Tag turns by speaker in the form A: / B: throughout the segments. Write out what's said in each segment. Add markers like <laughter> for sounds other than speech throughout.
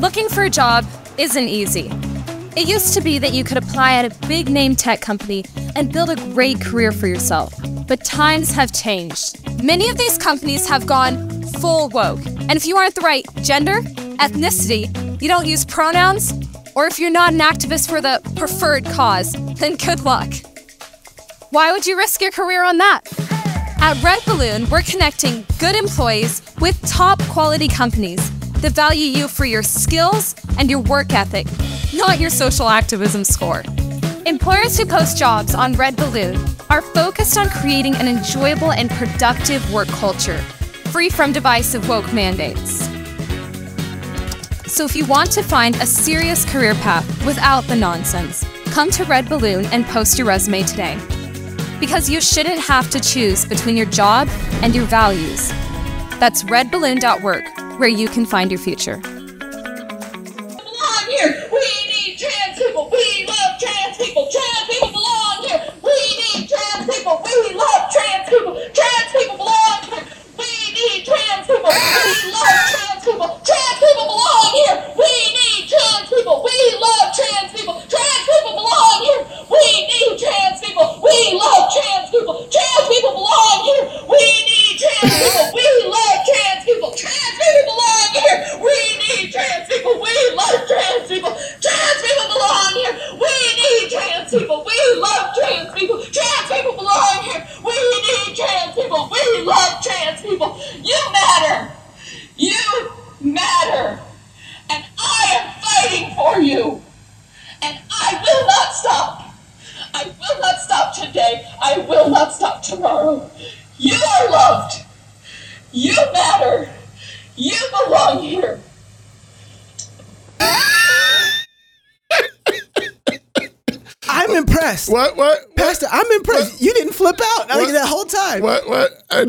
A: Looking for a job isn't easy. It used to be that you could apply at a big name tech company and build a great career for yourself. But times have changed. Many of these companies have gone full woke. And if you aren't the right gender, ethnicity, you don't use pronouns, or if you're not an activist for the preferred cause, then good luck. Why would you risk your career on that? At Red Balloon, we're connecting good employees with top quality companies that value you for your skills and your work ethic, not your social activism score. Employers who post jobs on Red Balloon are focused on creating an enjoyable and productive work culture, free from divisive woke mandates. So if you want to find a serious career path without the nonsense, come to Red Balloon and post your resume today. Because you shouldn't have to choose between your job and your values. That's redballoon.work, where you can find your future.
B: belong here. We need trans people. We love trans people. Trans people belong here. We need trans people. We love trans people. Trans people belong here. We need trans people. We love trans people. Trans people belong here. We need trans people. We love trans people. Trans people belong here. We need trans people. We love trans people. Trans people belong here. We need trans people. We love trans people. Trans people belong here. We need trans people. We love trans people. Trans people belong here. We need trans people. We love trans people. Trans people belong here. We need trans people. We love trans people. You matter. You matter. And I am fighting for you. And I will not stop. I will not stop today. I will not stop tomorrow. You are loved. You matter. You belong here.
C: I'm impressed.
D: What? What? what,
C: Pastor, I'm impressed. You didn't flip out like that whole time.
D: What? What? I,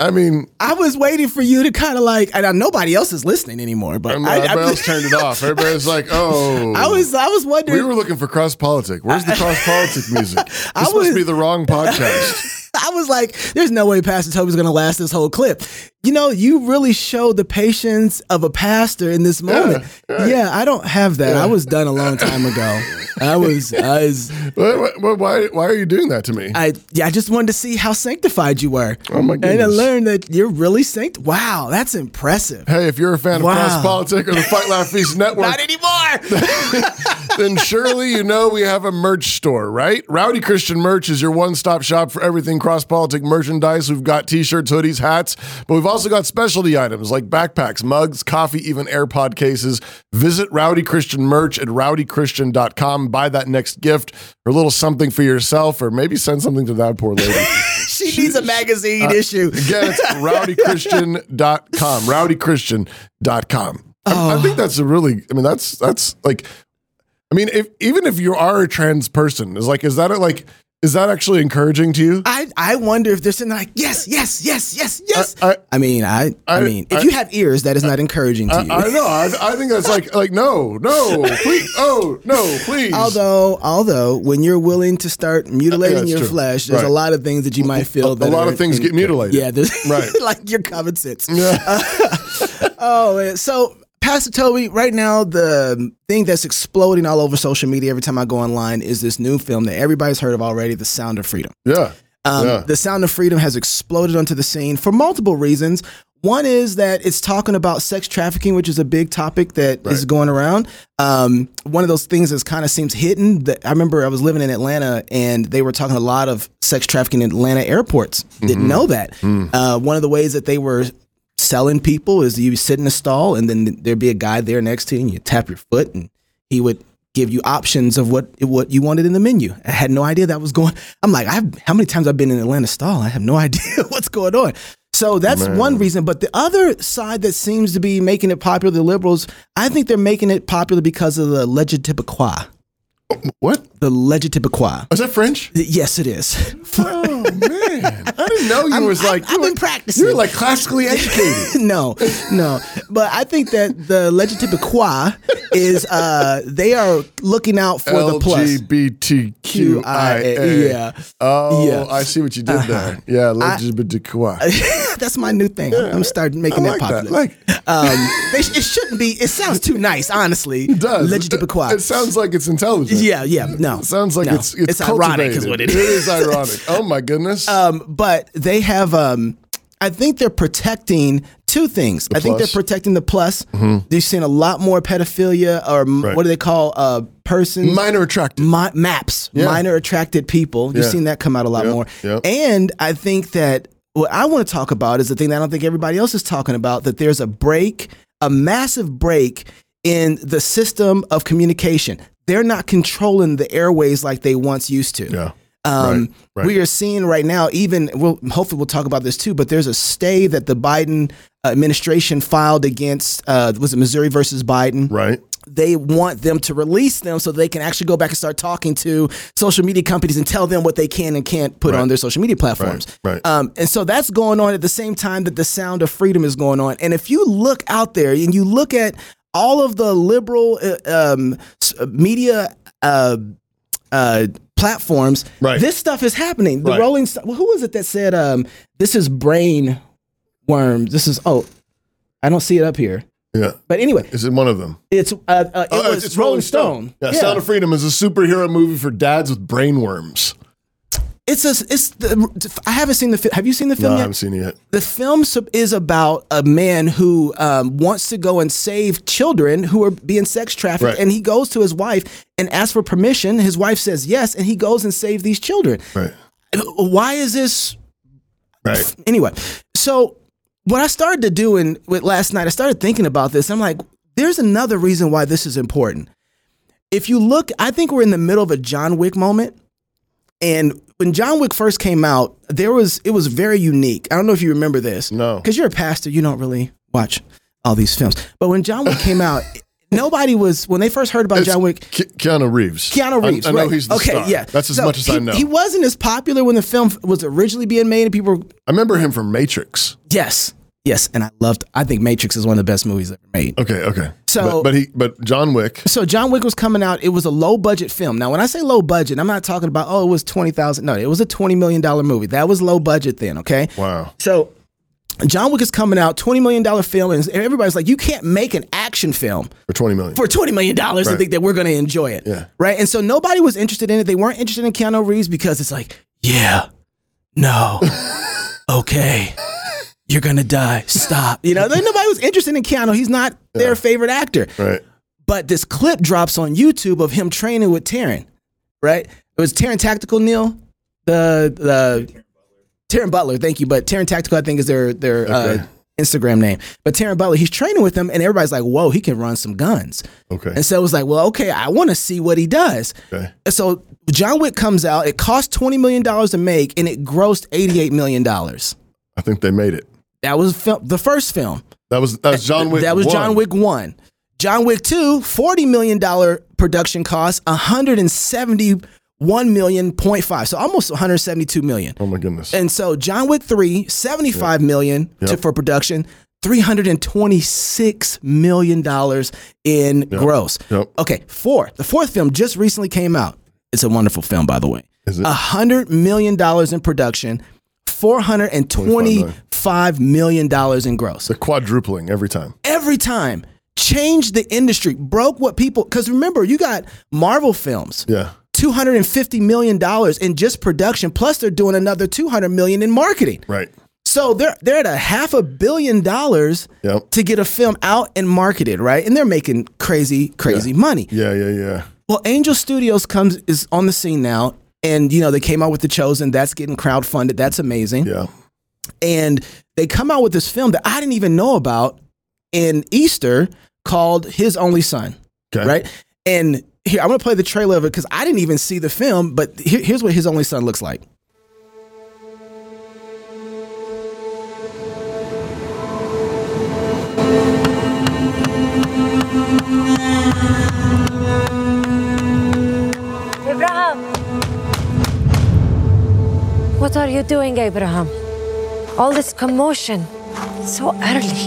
D: I mean,
C: I was waiting for you to kind of like, and I, nobody else is listening anymore. But
D: I, my
C: I, I, <laughs>
D: eyebrows turned it off. Everybody's like, "Oh."
C: I was, I was
D: We
C: wondering.
D: were looking for cross politic. Where's the cross politic music? This
C: <laughs> I was-
D: must be the
C: <laughs>
D: wrong podcast.
C: I was like, there's no way Pastor Toby's going to last this whole clip. You know, you really showed the patience of a pastor in this moment. Yeah, I don't have that. I was done a long time
D: <laughs>
C: ago. I was, I was,
D: What- what- what- why? Why are you doing that to me?
C: I, yeah, I just wanted to see how sanctified you were.
D: Oh, my
C: And I
D: goodness.
C: learned that you're really sanctified. Wow, that's impressive.
D: Hey, if you're a fan
C: Wow.
D: of Cross Politic or the Fight Laugh Feast
C: <laughs>
D: Network,
C: Not
D: <laughs>
C: anymore.
D: then surely you know we have a merch store, right? Rowdy Christian Merch is your one stop shop for everything cross politic merchandise. We've got t shirts, hoodies, hats, but we've also got specialty items like backpacks, mugs, coffee, even AirPod cases. Visit Rowdy Christian Merch at rowdychristian.com. Buy that next gift or a little something for yourself, or maybe send something to that poor lady.
C: she needs a magazine
D: uh,
C: issue.
D: Again,
C: <laughs>
D: it's rowdychristian.com. Rowdychristian.com. I, I think that's a really, I mean, that's, that's like, I mean, if, even if you are a trans person, is like, is that like, is that actually encouraging to you?
C: I, I wonder if they're sitting there like, yes, yes, yes,
D: Uh,
C: yes, yes. I,
D: I-
C: mean, I, I,
D: I-
C: mean, if
D: I-
C: you have ears, that is not encouraging to
D: I,
C: you.
D: uh, I know. I, I think that's like, like, no, no, please. Oh, no, please.
C: although, although, when you're willing to start mutilating
D: that's
C: your
D: true.
C: flesh, there's a
D: Right.
C: lot of things that you might feel.
D: a
C: that
D: lot
C: are
D: of things
C: in-
D: get mutilated.
C: Yeah, there's
D: Right.
C: <laughs> like your common sense. uh,
D: Yeah.
C: Oh, man. so Pastor Toby, right now the thing that's exploding all over social media every time I go online is this new film that everybody's heard of already, The Sound of Freedom.
D: yeah.
C: Um,
D: Yeah.
C: The Sound of Freedom has exploded onto the scene for multiple reasons. One is that it's talking about sex trafficking, which is a big topic that is
D: Right.
C: going around. Um, one of those things that kind of seems hidden. That I remember I was living in Atlanta and they were talking a lot of sex trafficking in Atlanta airports.
D: Mm-hmm.
C: Didn't know that.
D: Mm.
C: Uh, one of the ways that they were selling people is you sit in a stall and then there'd be a guy there next to you and you tap your foot and he would give you options of what what you wanted in the menu. I had no idea that was going. I'm like, I've how many times I've been in Atlanta stall? I have no <laughs> idea what's going on. So that's one reason. But the other side that seems to be making it popular, the liberals, I think they're making it popular because of the legitimacy.
D: What?
C: The legitimacy.
D: Is
C: <laughs>
D: that French?
C: Yes, it
D: <laughs>
C: is.
D: Oh, man. I didn't know you was like,
C: I've been practicing. <laughs>
D: you're like classically educated.
C: no, no. But I think that the legitimacy is uh, they are looking out for the plus.
D: LGBTQIA.
C: Yeah.
D: Oh,
C: Yeah. Uh-huh.
D: I see what you did there. Yeah,
C: <laughs>
D: LGBTQI.
C: That's my new thing. I'm, I'm starting making
D: I like
C: that
D: that.
C: popular.
D: Like-
C: um, they sh- it shouldn't be. It sounds too nice, honestly.
D: It does. It,
C: Legitibequa.
D: it sounds like it's intelligent.
C: Yeah, yeah, no.
D: It sounds like
C: No.
D: it's it's,
C: ironic, is
D: cultivated.
C: what it
D: It
C: is.
D: is ironic. Oh my goodness.
C: Um, <laughs> but they have, um, I think they're protecting two things. I think
D: plus. Mm-hmm.
C: they're protecting the plus. They've seen a lot more pedophilia or m
D: Right.
C: what do they call uh, persons?
D: Minor attractive.
C: Mi- maps, minor attracted people. You've
D: Yeah.
C: seen that come out a lot
D: Yep,
C: more.
D: yep.
C: And I think that what I want to talk about is the thing that I don't think everybody else is talking about that there's a break, a massive break in the system of communication. They're not controlling the airways like they once used to.
D: yeah.
C: Um,
D: Right, right.
C: We are seeing right now, even, we'll, hopefully we'll talk about this too, but there's a stay that the Biden administration filed against, uh, was it Missouri versus Biden?
D: Right.
C: They want them to release them so they can actually go back and start talking to social media companies and tell them what they can and can't put on their social media platforms.
D: right.
C: Um, and so that's going on at the same time that the sound of freedom is going on. And if you look out there and you look at all of the liberal uh, um, s- media uh, uh, platforms,
D: Right.
C: this stuff is happening. The
D: Right.
C: Rolling Stone, well, who was it that said, um, this is brain worms? This is, oh, I don't see it up here.
D: Yeah.
C: But anyway,
D: Is it one of them?
C: it's uh, uh, it
D: Oh,
C: was Rolling Stone.
D: Yeah, Sound of Freedom is a superhero movie for dads with brain worms.
C: it's a it's the I haven't seen the fi- have you seen the
D: No,
C: film
D: Uh, I
C: yet?
D: haven't seen it yet.
C: The film sub- is about a man who um, wants to go and save children who are being sex trafficked,
D: Right.
C: and he goes to his wife and asks for permission. His wife says yes, and he goes and saves these children.
D: Right.
C: Why is this
D: Right.
C: <laughs> anyway, so what I started to do in with last night, I started thinking about this. I'm like, there's another reason why this is important. If you look, I think we're in the middle of a John Wick moment. And when John Wick first came out, there was it was very unique. I don't know if you remember this.
D: No.
C: Because you're a pastor, you don't really watch all these films. But when John Wick came
D: <laughs>
C: out, nobody was when they first heard about
D: It's
C: John Wick,
D: Ke- Keanu Reeves.
C: Keanu Reeves.
D: I, I know
C: right.
D: he's the
C: okay,
D: star.
C: yeah.
D: That's as
C: So
D: much as
C: he,
D: I know.
C: He wasn't as popular when the film was originally being made, and people were
D: I remember him from Matrix.
C: Yes. Yes. And I loved, I think Matrix is one of the best movies ever made.
D: Okay, okay.
C: So-
D: but, but he, but John Wick.
C: So John Wick was coming out. It was a low budget film. Now, when I say low budget, I'm not talking about, oh, it was 20,000. No, it was a $20 million movie. That was low budget then. Okay.
D: Wow.
C: So John Wick is coming out, $20 million film. And everybody's like, you can't make an action film
D: For twenty million.
C: for $20 million and think that we're going to enjoy it.
D: Yeah.
C: Right. And so nobody was interested in it. They weren't interested in Keanu Reeves because it's like, yeah,
D: <laughs>
C: no, okay, you're going to die. Stop. You know, like, nobody was interested in Keanu. He's not their favorite actor.
D: right.
C: But this clip drops on YouTube of him training with Taryn, right? It was Taryn Tactical, Neil, the, the, Taryn Butler, thank you. But Taryn Tactical, I think, is their their
D: Okay.
C: uh, Instagram name. But Taryn Butler, he's training with him, and everybody's like, "Whoa, he can run some guns."
D: Okay.
C: And so it was like, well, okay, I want to see what he does.
D: Okay.
C: And so John Wick comes out. It cost $20 million to make and it grossed $88 million. That
D: I think they made it.
C: was fil- the first film.
D: That was that was John Wick.
C: that was John
D: 1.
C: Wick 1. John Wick 2, $40 million production cost, $171 million point five. So almost $172 million.
D: Oh my goodness.
C: And so John Wick 3, $75 million to,
D: Yep.
C: for production, $326 million in gross.
D: Yep.
C: Okay, four. The fourth film just recently came out. It's a wonderful film, by the way.
D: Is it?
C: $100 million in production, $425 million in gross.
D: They're quadrupling every time.
C: Every time. Changed the industry, broke what people, because remember, you got Marvel films.
D: Yeah.
C: 250 million dollars in just production plus they're doing another 200 million in marketing
D: Right.
C: so they're they're at a half a billion dollars
D: Yep.
C: to get a film out and marketed right and they're making crazy crazy money
D: Yeah. Yeah. Yeah.
C: well angel studios comes is on the scene now and you know they came out with the chosen that's getting crowdfunded that's amazing
D: Yeah.
C: and they come out with this film that i didn't even know about in easter called his only son
D: Okay.
C: right? And here, I'm gonna play the trailer of it because I didn't even see the film, but here, here's what his only son looks like.
E: Abraham! What are you doing, Abraham? All this commotion. So early.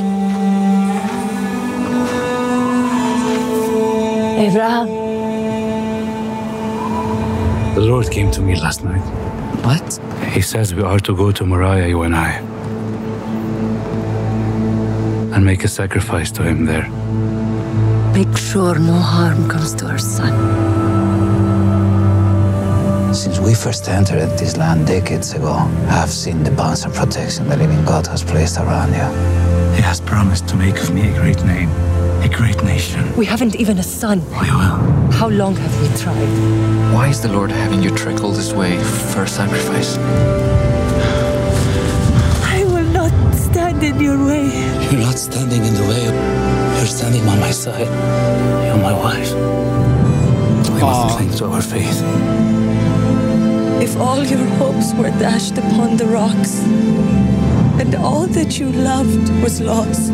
E: Abraham,
F: The Lord came to me last night.
G: What?
F: He says we are to go to Moriah, you and I, and make a sacrifice to him there.
G: Make sure no harm comes to our son.
H: Since we first entered this land decades ago, I've seen the bonds of protection the living God has placed around you.
F: He has promised to make of me a great name, a great nation.
E: we haven't even a son.
F: We will.
E: How long have we tried?
G: Why is the Lord having you trek all this way for a sacrifice?
E: I will not stand in your way.
G: You're not standing in the way. You're standing on my side.
F: You're my wife. We must cling to our faith.
E: If all your hopes were dashed upon the rocks, and all that you loved was lost,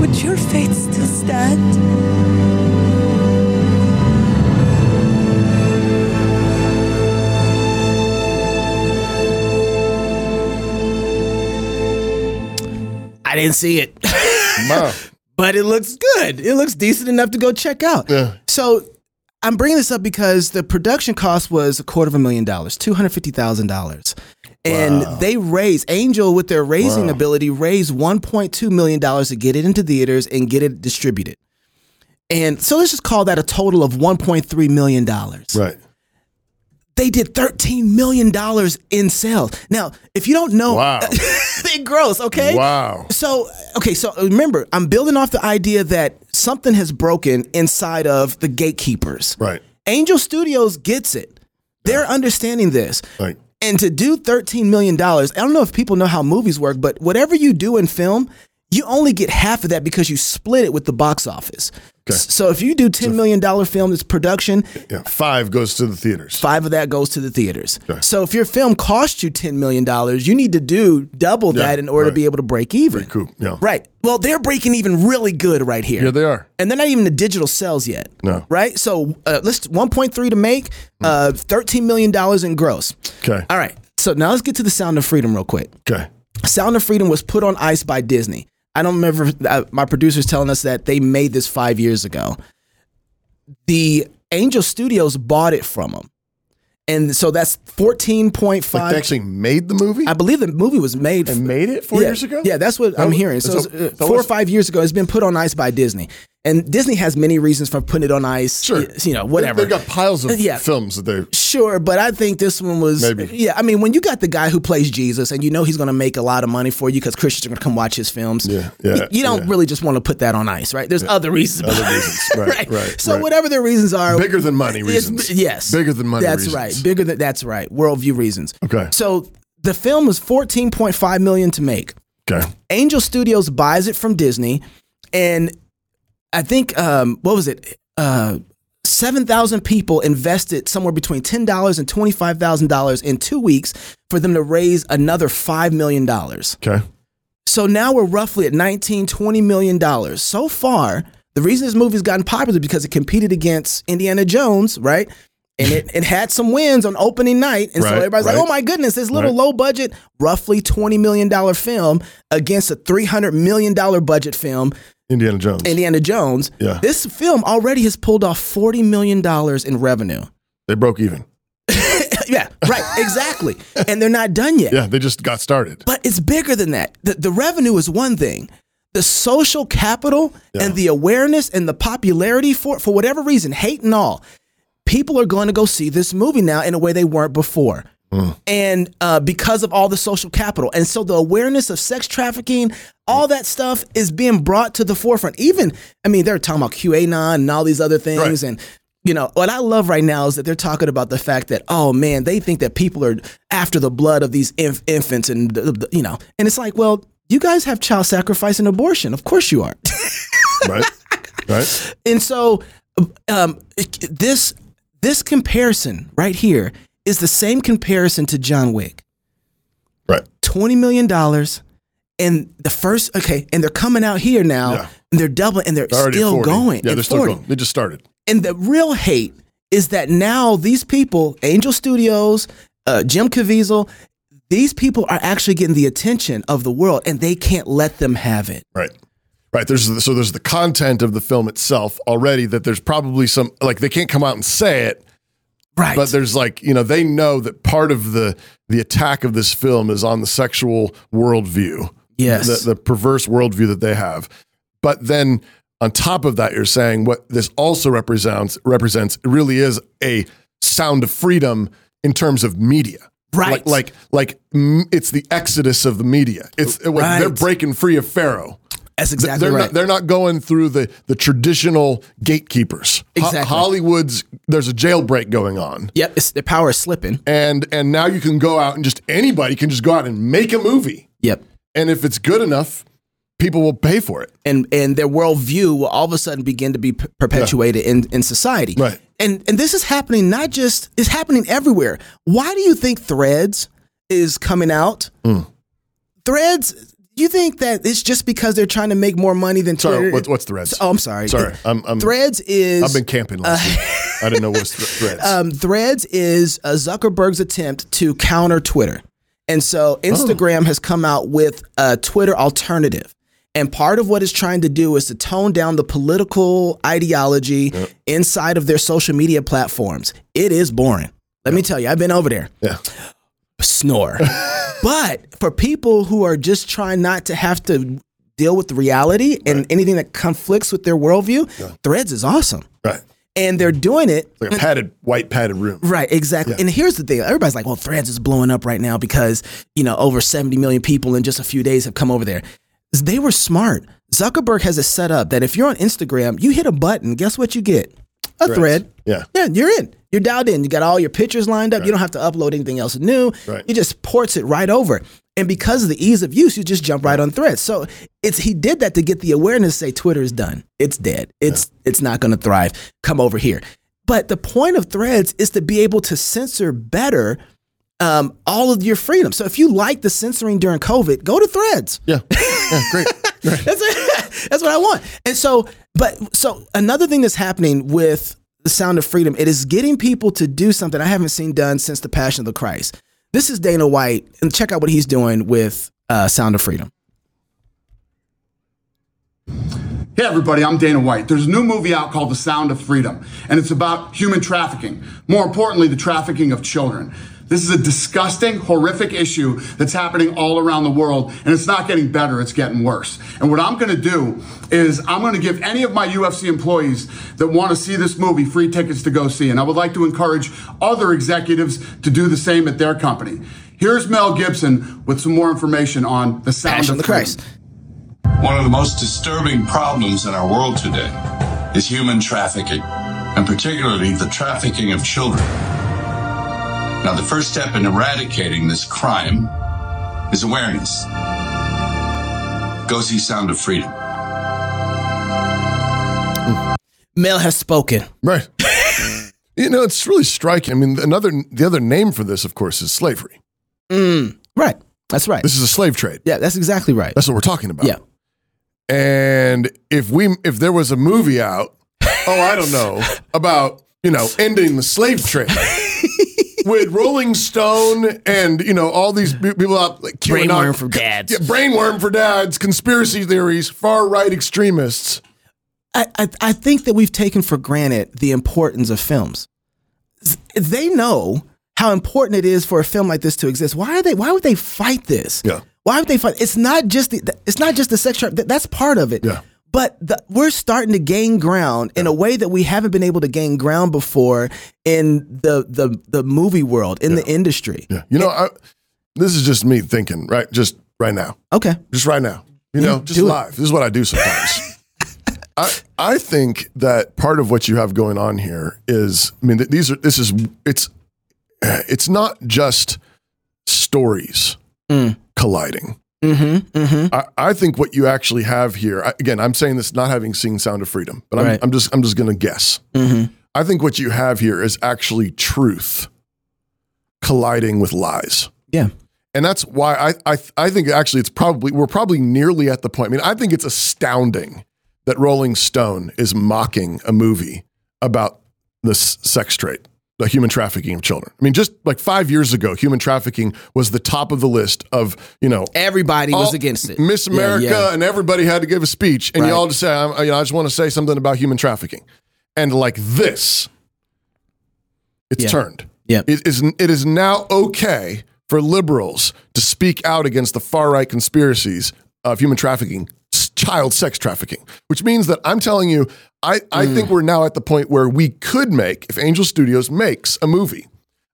E: would your faith still stand?
C: I didn't see it, <laughs>
D: Wow.
C: but it looks good. It looks decent enough to go check out.
D: Yeah.
C: So I'm bringing this up because the production cost was a quarter of a million dollars, two hundred fifty thousand dollars. And they raised Angel with their raising ability raised one point two million dollars to get it into theaters and get it distributed. And so let's just call that a total of one point three million dollars
D: Right.
C: they did $13 million in sales. Now, if you don't know,
D: Wow.
C: <laughs> they gross, okay?
D: Wow.
C: So, okay, so uh, remember, I'm building off the idea that something has broken inside of the gatekeepers.
D: Right.
C: Angel Studios gets it. They're understanding this.
D: Like,
C: And to do $13 million, I don't know if people know how movies work, but whatever you do in film, you only get half of that because you split it with the box office.
D: Okay.
C: So if you do $10 million film, it's production,
D: yeah, five goes to the theaters.
C: five of that goes to the theaters.
D: Okay.
C: So if your film cost you $10 million, you need to do double
D: Yeah,
C: that in order
D: right.
C: to be able to break even.
D: Cool. Yeah.
C: Right. Well, they're breaking even really good right here.
D: Yeah, they are.
C: And they're not even the digital sales yet.
D: No.
C: Right? So uh, let's 1.3 to make, uh, $13 million in gross.
D: Okay.
C: All right. So now let's get to the Sound of Freedom real quick.
D: Okay.
C: Sound of Freedom was put on ice by Disney. I don't remember uh, my producers telling us that they made this five years ago. The Angel Studios bought it from them. And so that's 14.5.
D: Like they actually made the movie
C: I believe the movie was made.
D: and made it four
C: yeah,
D: years ago.
C: Yeah, that's what
D: That
C: I'm
D: was-
C: hearing. So,
D: that's
C: it's,
D: a-
C: uh,
D: that
C: four or
D: was-
C: five years ago, it's been put on ice by Disney. And Disney has many reasons for putting it on ice.
D: Sure.
C: You know, whatever. Uh,
D: They, they got piles of
C: Yeah.
D: films that they.
C: Sure, but I think this one was.
D: Maybe.
C: Yeah, I mean, when you got the guy who plays Jesus and you know he's going to make a lot of money for you because Christians are going to come watch his films,
D: Yeah, yeah,
C: you, you don't
D: yeah.
C: really just want to put that on ice, right? There's other reasons.
D: Other
C: behind-
D: reasons,
C: <laughs>
D: right, right,
C: So,
D: right.
C: whatever their reasons are.
D: Bigger than money
C: it's-
D: reasons.
C: Yes.
D: Bigger than money
C: That's
D: reasons.
C: right. Bigger than. That's right. Worldview reasons.
D: Okay.
C: So, the film was 14.5 million to make.
D: Okay.
C: Angel Studios buys it from Disney, and I think um, what was it? Uh, Seven thousand people invested somewhere between ten dollars and twenty five thousand dollars in two weeks for them to raise another five million dollars.
D: Okay.
C: So now we're roughly at 19, 20 million dollars. So far, the reason this movie's gotten popular is because it competed against Indiana Jones, right? And it, it had some wins on opening night. And
D: Right,
C: so everybody's
D: right.
C: like, oh my goodness, this little
D: Right.
C: low budget, roughly $20 million film against a $300 million budget film,
D: Indiana Jones.
C: Indiana Jones.
D: Yeah.
C: This film already has pulled off $40 million in revenue. <laughs>
D: they broke even.
C: yeah, right, exactly. and they're not done yet.
D: Yeah, they just got started.
C: But it's bigger than that. The, the revenue is one thing. The social capital and the awareness and the popularity for for whatever reason, hate and all, people are going to go see this movie now in a way they weren't before. And uh, because of all the social capital. And so the awareness of sex trafficking, all that stuff is being brought to the forefront. Even, I mean, they're talking about QAnon and all these other things.
D: Right.
C: And, you know, what I love right now is that they're talking about the fact that, oh man, they think that people are after the blood of these inf- infants and, the, the- you know, and it's like, well, you guys have child sacrifice and abortion. Of course you are. <laughs>
D: Right. right.
C: And so um, this this comparison right here is the same comparison to John Wick.
D: Right.
C: Twenty million dollars, and the first okay, and they're coming out here now,
D: Yeah.
C: and they're doubling, and they're
D: They're already at
C: still
D: 40.
C: going.
D: Yeah,
C: at
D: they're still
C: 40.
D: going. They just started.
C: And the real hate is that now these people, Angel Studios, uh, Jim Caviezel, these people are actually getting the attention of the world, and they can't let them have it.
D: Right. Right. There's the, so there's the content of the film itself already that there's probably some like they can't come out and say it,
C: Right.
D: but there's like you know they know that part of the the attack of this film is on the sexual worldview.
C: Yes.
D: The, the perverse worldview that they have. But then on top of that, you're saying what this also represents represents really is a sound of freedom in terms of media.
C: Right.
D: Like like, like mm, it's the exodus of the media. It's it- like, they're
C: Right.
D: breaking free of Pharaoh.
C: That's
D: Th-
C: exactly
D: they're
C: right.
D: not they're not going through the the traditional gatekeepers. Ho-
C: Exactly.
D: Hollywood's there's a jailbreak going on.
C: yep. It's, their power is slipping.
D: And and now you can go out and just anybody can just go out and make a movie.
C: Yep.
D: And if it's good enough, people will pay for it.
C: and and their worldview will all of a sudden begin to be p- perpetuated in, in society.
D: Right.
C: And and this is happening not just it's happening everywhere. Why do you think Threads is coming out?
D: Mm.
C: Threads. You think that it's just because they're trying to make more money than
D: Sorry,
C: Twitter?
D: what- what's Threads?
C: Oh, I'm sorry.
D: Sorry, I'm- I'm-
C: Threads is uh,
D: I've been camping last week. I didn't know what's th- threads.
C: <laughs> um, Threads is uh, Zuckerberg's attempt to counter Twitter. And so Instagram has come out with a Twitter alternative. And part of what it's trying to do is to tone down the political ideology inside of their social media platforms. It is boring. Let me tell you, I've been over there.
D: yeah.
C: Snore. but for people who are just trying not to have to deal with reality and anything that conflicts with their worldview, Threads is awesome.
D: Right.
C: And they're doing it
D: Like a padded, white padded room.
C: <laughs> Right, exactly. And here's the thing: everybody's like, "Well, Threads is blowing up right now because you know over 70 million people in just a few days have come over there." They were smart. Zuckerberg has it set up that if you're on Instagram, you hit a button. Guess what you get? A thread.
D: Yeah.
C: Yeah, you're in. You're dialed in. You got all your pictures lined up. You don't have to upload anything else new.
D: Right.
C: You just ports it right over. And because of the ease of use, you just jump right on threads. So it's he did that to get the awareness say Twitter is done. It's dead. It's it's not gonna thrive. Come over here. But the point of threads is to be able to censor better um, all of your freedom. So if you like the censoring during COVID, go to threads.
D: Yeah. Yeah. Great.
C: That's that's what <laughs> I want. And so, but so another thing that's happening with the Sound of Freedom, it is getting people to do something I haven't seen done since the Passion of the Christ. This is Dana White, and check out what he's doing with uh, Sound of Freedom.
I: Hey everybody, I'm Dana White. There's a new movie out called The Sound of Freedom, and it's about human trafficking. More importantly, the trafficking of children. This is a disgusting, horrific issue that's happening all around the world, and it's not getting better, it's getting worse. And what I'm gonna do is I'm gonna give any of my UFC employees that wanna see this movie free tickets to go see, and I would like to encourage other executives to do the same at their company. Here's Mel Gibson with some more information on The Sound
C: Passion
I: of
C: of the
I: Freedom.
C: Christ.
J: One of the most disturbing problems in our world today is human trafficking, and particularly the trafficking of children. Now, the first step in eradicating this crime is awareness. Go see Sound of Freedom.
C: Mel has spoken.
D: Right. you know, it's really striking. I mean, another the other name for this, of course, is slavery.
C: Right. That's right.
D: This is a slave trade.
C: Yeah, that's exactly right.
D: That's what we're talking about.
C: Yeah.
D: And if we if there was a
C: <laughs>
D: movie out, oh I don't know, about, you know, ending the
C: <laughs>
D: slave trade. With Rolling Stone and you know all these be- people out like QAnon-
C: Brainworm for dads.
D: yeah, brainworm for dads, conspiracy theories, far right extremists.
C: I, I, I think that we've taken for granted the importance of films. Z- They know how important it is for a film like this to exist. Why are they? Why would they fight this?
D: Yeah.
C: Why would they fight? It's not just the. It's not just the sex trap. Th- That's part of it.
D: Yeah.
C: But the, we're starting to gain ground in a way that we haven't been able to gain ground before in the the the movie world in the industry.
D: Yeah. You know, I, this is just me thinking, right? Just right now.
C: Okay.
D: Just right now. You know, just
C: do it.
D: live. This is what I do sometimes.
C: <laughs>
D: I I think that part of what you have going on here is I mean th- these are this is it's it's not just stories
C: Mm.
D: colliding.
C: Mm-hmm. Hmm?
D: I, I think what you actually have here, I, again, I'm saying this not having seen Sound of Freedom, but I'm,
C: Right. Mm-hmm.
D: I'm just I'm just going to guess. I think what you have here is actually truth colliding with lies.
C: Yeah.
D: And that's why I, I, I think actually it's probably, we're probably nearly at the point. I mean, I think it's astounding that Rolling Stone is mocking a movie about this sex trade. the human trafficking of children. I mean, just like five years ago, human trafficking was the top of the list of you know
C: Everybody
D: all-
C: was against it.
D: Oh, Miss
C: Yeah,
D: America
C: yeah.
D: and everybody had to give a speech, and you
C: Right.
D: all just say, I'm, you know, "I just want to say something about human trafficking," and like this, it's
C: Yeah.
D: turned.
C: Yep.
D: It is it is now okay for liberals to speak out against the far right conspiracies of human trafficking, s- child sex trafficking, which means that I'm telling you, I, I
C: Mm.
D: think we're now at the point where we could make, if Angel Studios makes a movie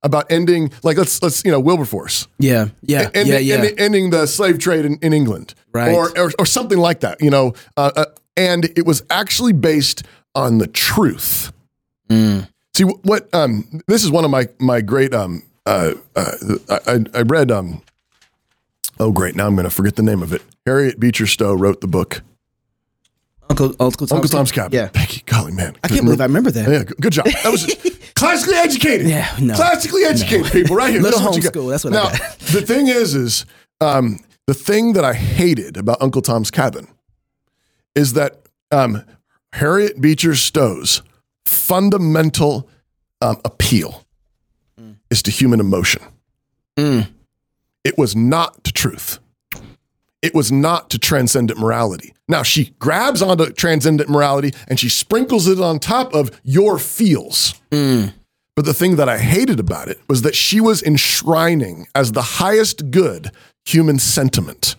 D: about ending, like let's let's you know Wilberforce,
C: Yeah, yeah,
D: and,
C: yeah, yeah.
D: e-, ending the slave trade in, in England,
C: Right.
D: or, or or something like that, you know. Uh, uh, and it was actually based on the truth.
C: Mm.
D: See wh- what um, this is one of my my great um, uh, uh, I, I- I read um, oh great now I'm going to forget the name of it. Harriet Beecher Stowe wrote the book
C: Uncle Uncle Tom's,
D: Uncle Tom's Cabin.
C: Yeah,
D: thank you, golly man.
C: I can't believe I remember that.
D: Yeah, g- good job.
C: <laughs>
D: That was classically educated.
C: Yeah, no.
D: classically educated people right
C: <laughs>
D: here.
C: Little
D: That's what you got.
C: homeschool, that's what I
D: now,
C: got.
D: <laughs> the thing is, is um, the thing that I hated about Uncle Tom's Cabin is that um, Harriet Beecher Stowe's fundamental um, appeal
C: Mm.
D: is to human emotion. It was not to truth. It was not to transcendent morality. Now she grabs onto transcendent morality and she sprinkles it on top of your feels. But the thing that I hated about it was that she was enshrining as the highest good human sentiment.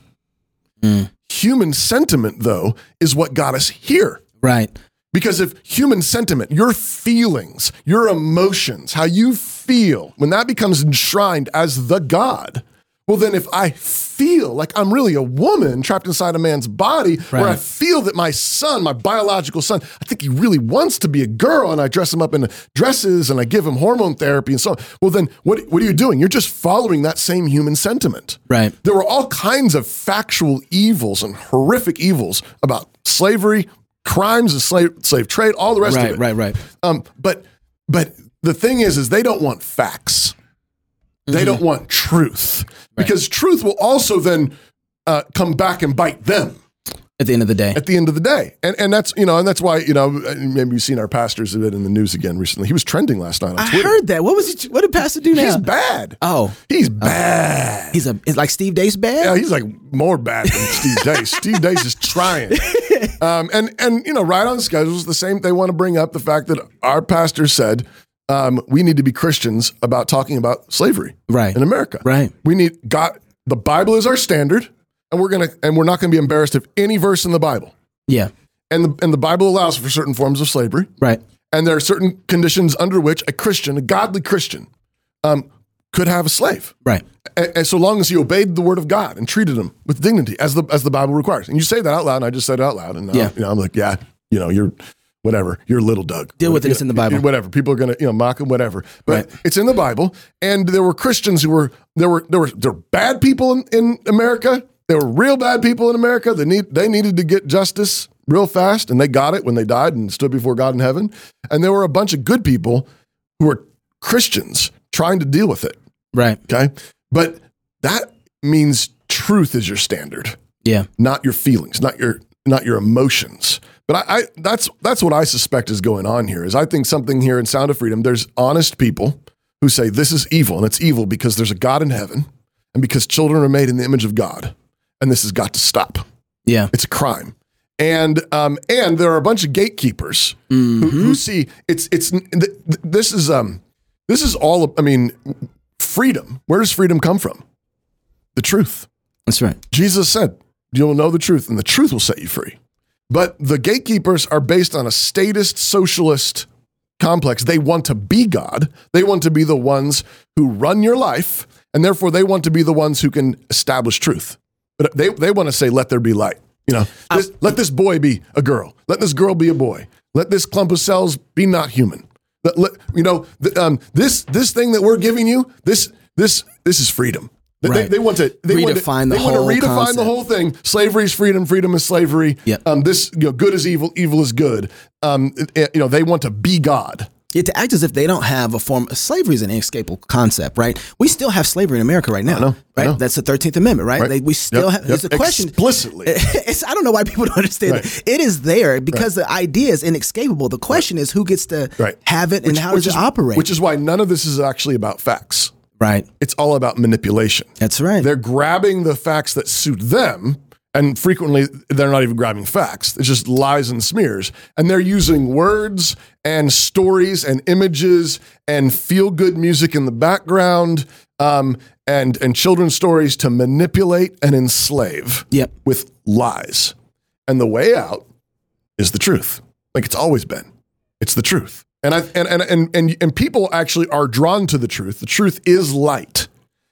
D: Human sentiment, though, is what got us here.
C: Right.
D: Because if human sentiment, your feelings, your emotions, how you feel, when that becomes enshrined as the God, well, then if I feel like I'm really a woman trapped inside a man's body, where I
C: Right.
D: feel that my son, my biological son, I think he really wants to be a girl, and I dress him up in dresses and I give him hormone therapy and so on, well, then what, what are you doing? You're just following that same human sentiment.
C: Right.
D: There were all kinds of factual evils and horrific evils about slavery, crimes, and slave slave trade, all the rest
C: Right,
D: of it.
C: right, right.
D: Um, but but the thing is, is they don't want facts.
C: Mm-hmm.
D: They don't want truth because truth will also then uh, come back and bite them
C: At the end of the day.
D: at the end of the day. And and that's you know and that's why you know maybe you've seen our pastors have been in the news again recently. He was trending last night on
C: I
D: Twitter.
C: heard that. What was it? What did Pastor do now?
D: He's bad.
C: Oh,
D: He's bad.
C: he's a. It's like Steve Dace bad.
D: Yeah, he's like more bad than Steve Dace. Steve Dace is
C: <laughs>
D: trying. Um, and and you know, right on schedule is the same. They want to bring up the fact that our pastor said um, we need to be Christians about talking about slavery,
C: Right.
D: in America,
C: Right.
D: We need God. The Bible is our standard, and we're gonna and we're not gonna be embarrassed of any verse in the Bible.
C: Yeah.
D: And the and the Bible allows for certain forms of slavery,
C: Right.
D: and there are certain conditions under which a Christian, a godly Christian, um, could have a slave
C: Right.
D: and, and so long as he obeyed the word of God and treated him with dignity as the as the Bible requires. And you say that out loud, and I just said it out loud, and now,
C: Yeah.
D: you know, I'm like, yeah, you know, you're whatever, you're little Doug.
C: Deal with it,
D: You
C: it's in
D: know,
C: the Bible.
D: you- Whatever people are gonna you know mock him, whatever, but
C: Right.
D: it's in the Bible. And there were Christians who were there were there were there were bad people in, in America. There were real bad people in America. They need they needed to get justice real fast, and they got it when they died and stood before God in heaven. And there were a bunch of good people who were Christians trying to deal with it.
C: Right.
D: Okay. But that means truth is your standard,
C: Yeah.
D: not your feelings, not your not your emotions. But I, I that's that's what I suspect is going on here. Is I think something here in Sound of Freedom, there's honest people who say this is evil, and it's evil because there's a God in heaven and because children are made in the image of God. And this has got to stop.
C: Yeah.
D: It's a crime. And um, and there are a bunch of gatekeepers who, who see it's it's th- th- this is um this is all I mean freedom. Where does freedom come from? The truth.
C: That's right.
D: Jesus said, "You'll know the truth, and the truth will set you free." But the gatekeepers are based on a statist socialist complex. They want to be God. They want to be the ones who run your life, and therefore they want to be the ones who can establish truth. But they, they want to say, let there be light. You know,
C: Um,
D: this, let this boy be a girl. Let this girl be a boy. Let this clump of cells be not human. Let, let- you know, th- um, this this thing that we're giving you, this this this is freedom. They, they,
C: Right.
D: they want to they want to-
C: Redefine the
D: they want to
C: whole
D: redefine the
C: concept.
D: whole thing. Slavery is freedom. Freedom is slavery.
C: Yep.
D: Um, this you know, good is evil. Evil is good. Um, it- it- you know, they want to be God.
C: Yet to act as if they don't have a form slavery is an inescapable concept, right? We still have slavery in America right now. right? That's the Thirteenth Amendment, right?
D: Right.
C: They, we still
D: Yep,
C: have
D: yep.
C: it's a question
D: Explicitly.
C: <laughs> it's, I don't know why people don't understand
D: Right.
C: it. It is there because the idea is inescapable. The question is who gets to
D: Right.
C: have it and how does
D: is,
C: it operate?
D: Which is why none of this is actually about facts.
C: right.
D: It's all about manipulation.
C: That's right.
D: They're grabbing the facts that suit them, and frequently they're not even grabbing facts. It's just lies and smears. And they're using words and stories and images and feel good music in the background um, and, and children's stories to manipulate and enslave
C: Yep.
D: with lies. And the way out is the truth. Like it's always been. It's the truth. And I and and and and, and people actually are drawn to the truth. The truth is light.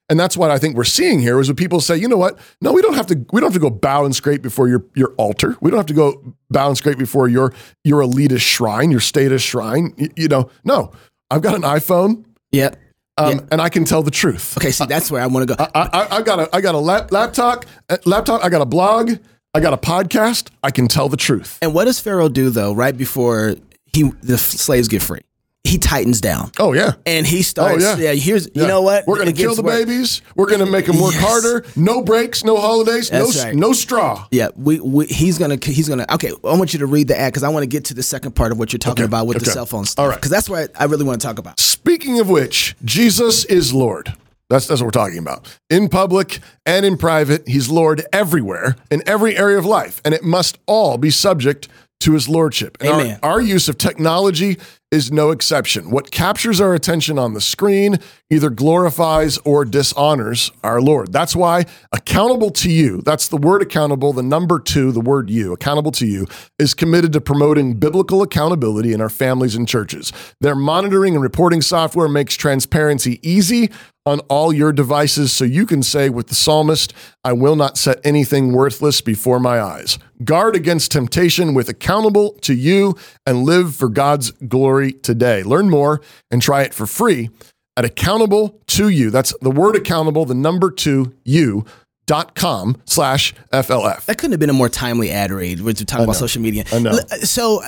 D: And that's what I think we're seeing here is when people say, you know what? No, we don't have to we don't have to go bow and scrape before your your altar. We don't have to go bow and scrape before your your elitist shrine, your status shrine. Y- you know, no. I've got an iPhone
C: Yep.
D: um, and I can tell the truth.
C: Okay, see that's where I want to go.
D: I, I, I got a I got a lap, laptop uh, laptop. I got a blog. I got a podcast. I can tell the truth.
C: and what does Pharaoh do though, right before he the f- slaves get free? He tightens down.
D: Oh yeah.
C: And he starts
D: Oh, yeah.
C: yeah. here's
D: Yeah.
C: you know what?
D: We're gonna
C: It
D: kill
C: gets
D: the
C: worse.
D: babies. We're gonna make them work
C: Yes.
D: harder. No breaks. No holidays. no
C: That's
D: s-
C: right.
D: no straw.
C: Yeah, we, we he's gonna he's gonna okay. I want you to read the ad because I want to get to the second part of what you're talking
D: Okay,
C: about with
D: okay.
C: the cell phone stuff.
D: All right.
C: because that's what I really want to talk about.
D: Speaking of which, Jesus is Lord. That's, that's what we're talking about. In public and in private, he's Lord everywhere in every area of life, and it must all be subject to his lordship. And our-
C: Amen.
D: Our, use of technology is no exception. What captures our attention on the screen either glorifies or dishonors our Lord. That's why accountable to you, that's the word accountable, the number two, the word you, accountable to you, is committed to promoting biblical accountability in our families and churches. Their monitoring and reporting software makes transparency easy on all your devices so you can say with the psalmist, I will not set anything worthless before my eyes. Guard against temptation with accountable to you and live for God's glory today. Learn more and try it for free at accountable to you. That's the word accountable, the number two, you. Dot com slash FLF.
C: That couldn't have been a more timely ad read. We're talking about social media.
D: I know.
C: L- So, uh,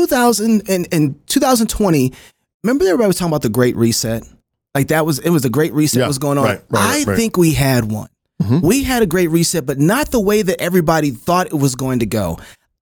C: 2000 and, and 2020. Remember, everybody was talking about the Great Reset. Like that was it was the Great Reset
D: Yeah,
C: was going on.
D: right, right,
C: I
D: right. Mm-hmm.
C: think we had one. We had a Great Reset, but not the way that everybody thought it was going to go.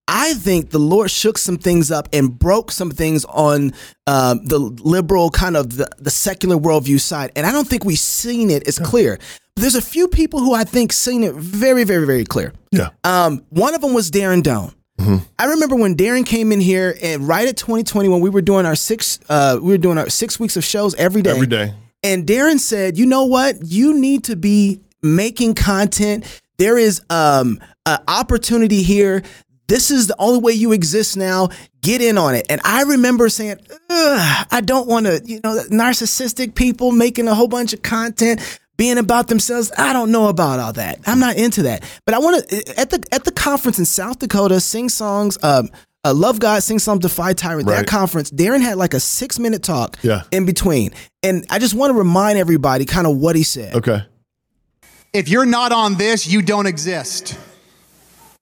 C: I think the Lord shook some things up and broke some things on um, the liberal kind of the, the secular worldview side, and I don't think we've seen it as clear. There's a few people who I think seen it very, very, very clear.
D: Yeah.
C: Um, one of them was Darren Doan.
D: Mm-hmm.
C: I remember when Darren came in here and right at 2020 when we were doing our six uh, we were doing our six weeks of shows every day.
D: Every day.
C: And Darren said, "You know what? You need to be making content. There is um an opportunity here. This is the only way you exist now. Get in on it." And I remember saying, Ugh, "I don't want to, you know, narcissistic people making a whole bunch of content." Being about themselves, I don't know about all that. I'm not into that. But I want to at the at the conference in South Dakota, sing songs, um, uh, love God, sing songs, defy tyrant.
D: Right.
C: That conference, Darren had like a six minute talk
D: Yeah.
C: in between. And I just want to remind everybody kind of what he said.
D: Okay.
K: If you're not on this, you don't exist.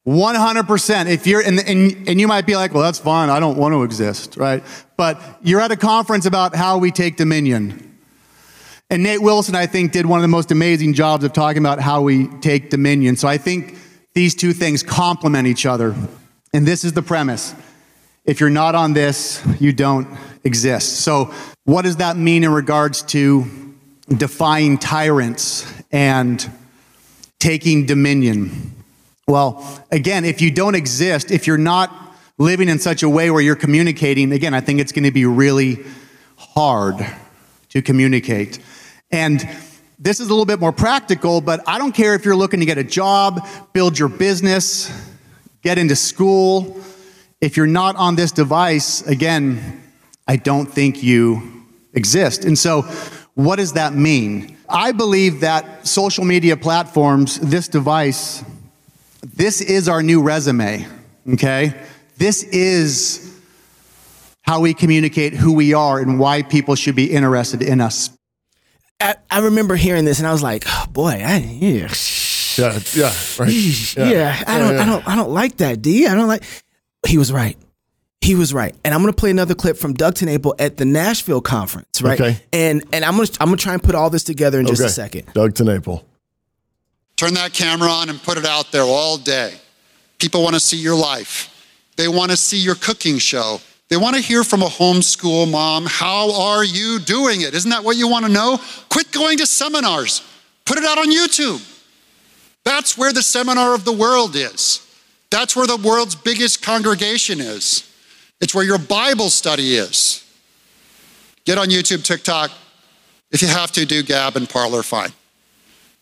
K: 100%. If you're, and, and, and you might be like, well, that's fine. I don't want to exist, right? But you're at a conference about how we take dominion. And Nate Wilson, I think, did one of the most amazing jobs of talking about how we take dominion. So I think these two things complement each other. And this is the premise. If you're not on this, you don't exist. So, what does that mean in regards to defying tyrants and taking dominion? Well, again, if you don't exist, if you're not living in such a way where you're communicating, again, I think it's going to be really hard to communicate. And this is a little bit more practical, but I don't care if you're looking to get a job, build your business, get into school. If you're not on this device, again, I don't think you exist. And so, what does that mean? I believe that social media platforms, this device, this is our new resume, okay? This is how we communicate who we are and why people should be interested in us.
C: I, I remember hearing this and I was like, oh, boy, I, yeah,
D: Yeah. Yeah. Right.
C: yeah, I don't, I don't, I don't like that, D. I don't like. He was right. He was right. And I'm going to play another clip from Doug Tenable at the Nashville conference, right?
D: Okay.
C: And and I'm going to I'm going to try and put all this together in just a
D: Okay.
C: second.
D: Doug Tenable.
L: Turn that camera on and put it out there all day. People want to see your life. They want to see your cooking show. They want to hear from a homeschool mom, how are you doing it? Isn't that what you want to know? Quit going to seminars. Put it out on YouTube. That's where the seminar of the world is. That's where the world's biggest congregation is. It's where your Bible study is. Get on YouTube, TikTok. If you have to, do Gab and Parlor, fine.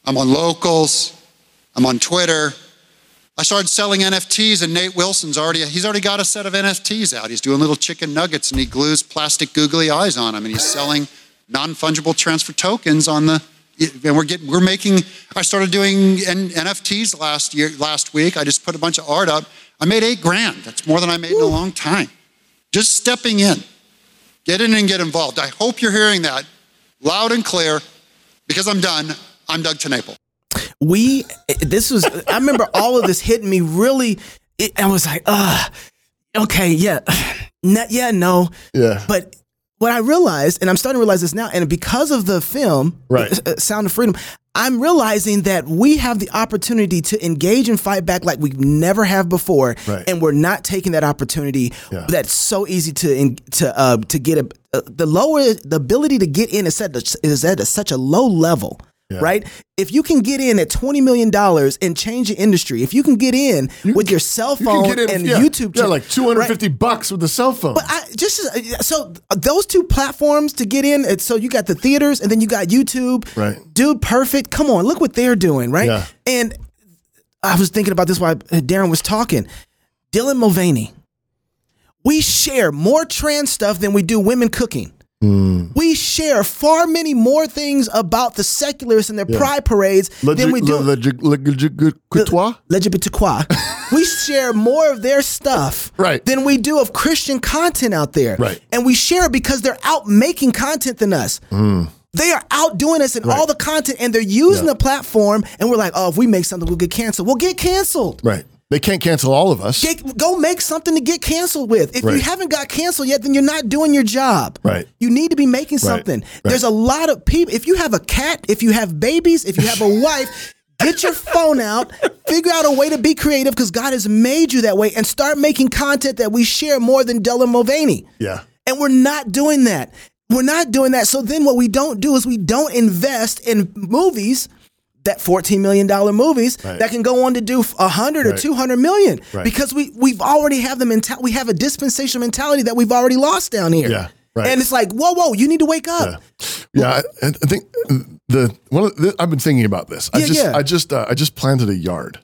L: I'm on locals. I'm on Twitter. I started selling NFTs, and Nate Wilson's already, he's already got a set of NFTs out. He's doing little chicken nuggets and he glues plastic googly eyes on them and he's selling non fungible transfer tokens on the, and we're getting, we're making, I started doing N- NFTs last year, last week. I just put a bunch of art up. I made eight grand. That's more than I made in a long time. Just stepping in. Get in and get involved. I hope you're hearing that loud and clear because I'm done. I'm Doug Tenaple.
C: we this was i remember all of this hitting me really it, i was like uh okay yeah <sighs> no, yeah no
D: yeah
C: but what i realized and i'm starting to realize this now and because of the film
D: Right.
C: uh, sound of freedom i'm realizing that we have the opportunity to engage and fight back like we never have before
D: Right.
C: and we're not taking that opportunity
D: Yeah.
C: that's so easy to in, to uh, to get a, uh, the lower the ability to get in is at a- is at a, such a low level right if you can get in at 20 million dollars and change the industry if you can get in with your cell
D: You can
C: phone
D: get in
C: and
D: yeah,
C: youtube
D: Yeah,
C: channel-
D: like two hundred fifty bucks with the cell phone.
C: but I just uh, so those two platforms to get in. and So you got the theaters, and then you got YouTube.
D: Right.
C: dude, perfect. Come on, look what they're doing, right?
D: Yeah.
C: And I was thinking about this while Darren was talking. Dylan Mulvaney, we share more trans stuff than we do women cooking.
D: Mm.
C: We share far many more things about the secularists and their
D: Yeah.
C: pride parades than we do.
D: Legitquois?
C: Legitquois. <laughs> we share more of their stuff
D: Right.
C: than we do of Christian content out there.
D: Right.
C: And we share it because they're out making content than us.
D: Mm.
C: They are outdoing us in all the content and they're using the platform. And we're like, oh, if we make something, we'll get canceled. We'll get canceled.
D: Right. They can't cancel all of us.
C: Get, go make something to get canceled with. If you
D: Right.
C: haven't got canceled yet, then you're not doing your job.
D: Right.
C: You need to be making
D: Right.
C: something.
D: Right.
C: There's a lot of people. If you have a cat, if you have babies, if you
D: <laughs>
C: have a wife, get your phone out, figure out a way to be creative because God has made you that way and start making content that we share more than Dylan Mulvaney.
D: Yeah.
C: And we're not doing that. We're not doing that. So then what we don't do is we don't invest in movies that $14 million movies
D: Right.
C: that can go on to do 100 or
D: Right.
C: 200 million
D: Right.
C: because we we've already have the mentality we have a dispensational mentality that we've already lost down here
D: Yeah, right.
C: and it's like whoa whoa you need to wake up
D: Yeah, I, I think uh, the one. Of the, I've been thinking about this. I
C: Yeah,
D: just,
C: yeah.
D: I just, uh, I just planted a yard.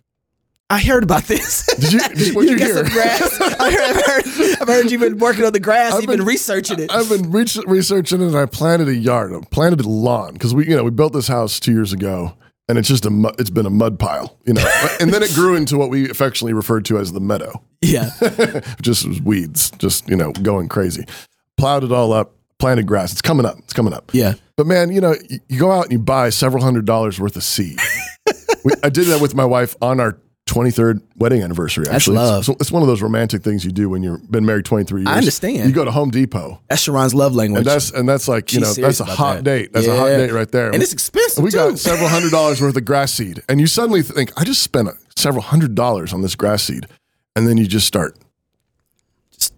C: I heard about this <laughs>
D: Did you? Did, what
C: you
D: you
C: got
D: hear?
C: some grass I heard, I've, heard, I've heard you've been working on the grass you've been, researching it
D: I've been reach, researching it, and I planted a yard. I planted a lawn because we, you know, we built this house two years ago, and it's just a, mu- it's been a mud pile, you know.
C: <laughs>
D: and then it grew into what we affectionately referred to as the meadow.
C: yeah
D: just was weeds, just you know, going crazy. Plowed it all up, planted grass. It's coming up. It's coming up.
C: Yeah.
D: But man, you know, you, you go out and you buy several hundred dollars worth
C: <laughs>
D: of seed. we, I did that with my wife on our. 23rd wedding anniversary
C: That's
D: actually
C: love.
D: So it's one of those romantic things you do when you've been married 23 years
C: I understand.
D: you go to home depot
C: that's Sharon's love language
D: and that's and that's like you
C: She's
D: know
C: serious
D: that's a
C: about
D: hot
C: that.
D: date. That's a hot
C: Yeah.
D: date right there.
C: And it's expensive,
D: We
C: too.
D: got several
C: <laughs>
D: hundred dollars worth of grass seed, and you suddenly think, I just spent a, several hundred dollars on this grass seed, and then you just start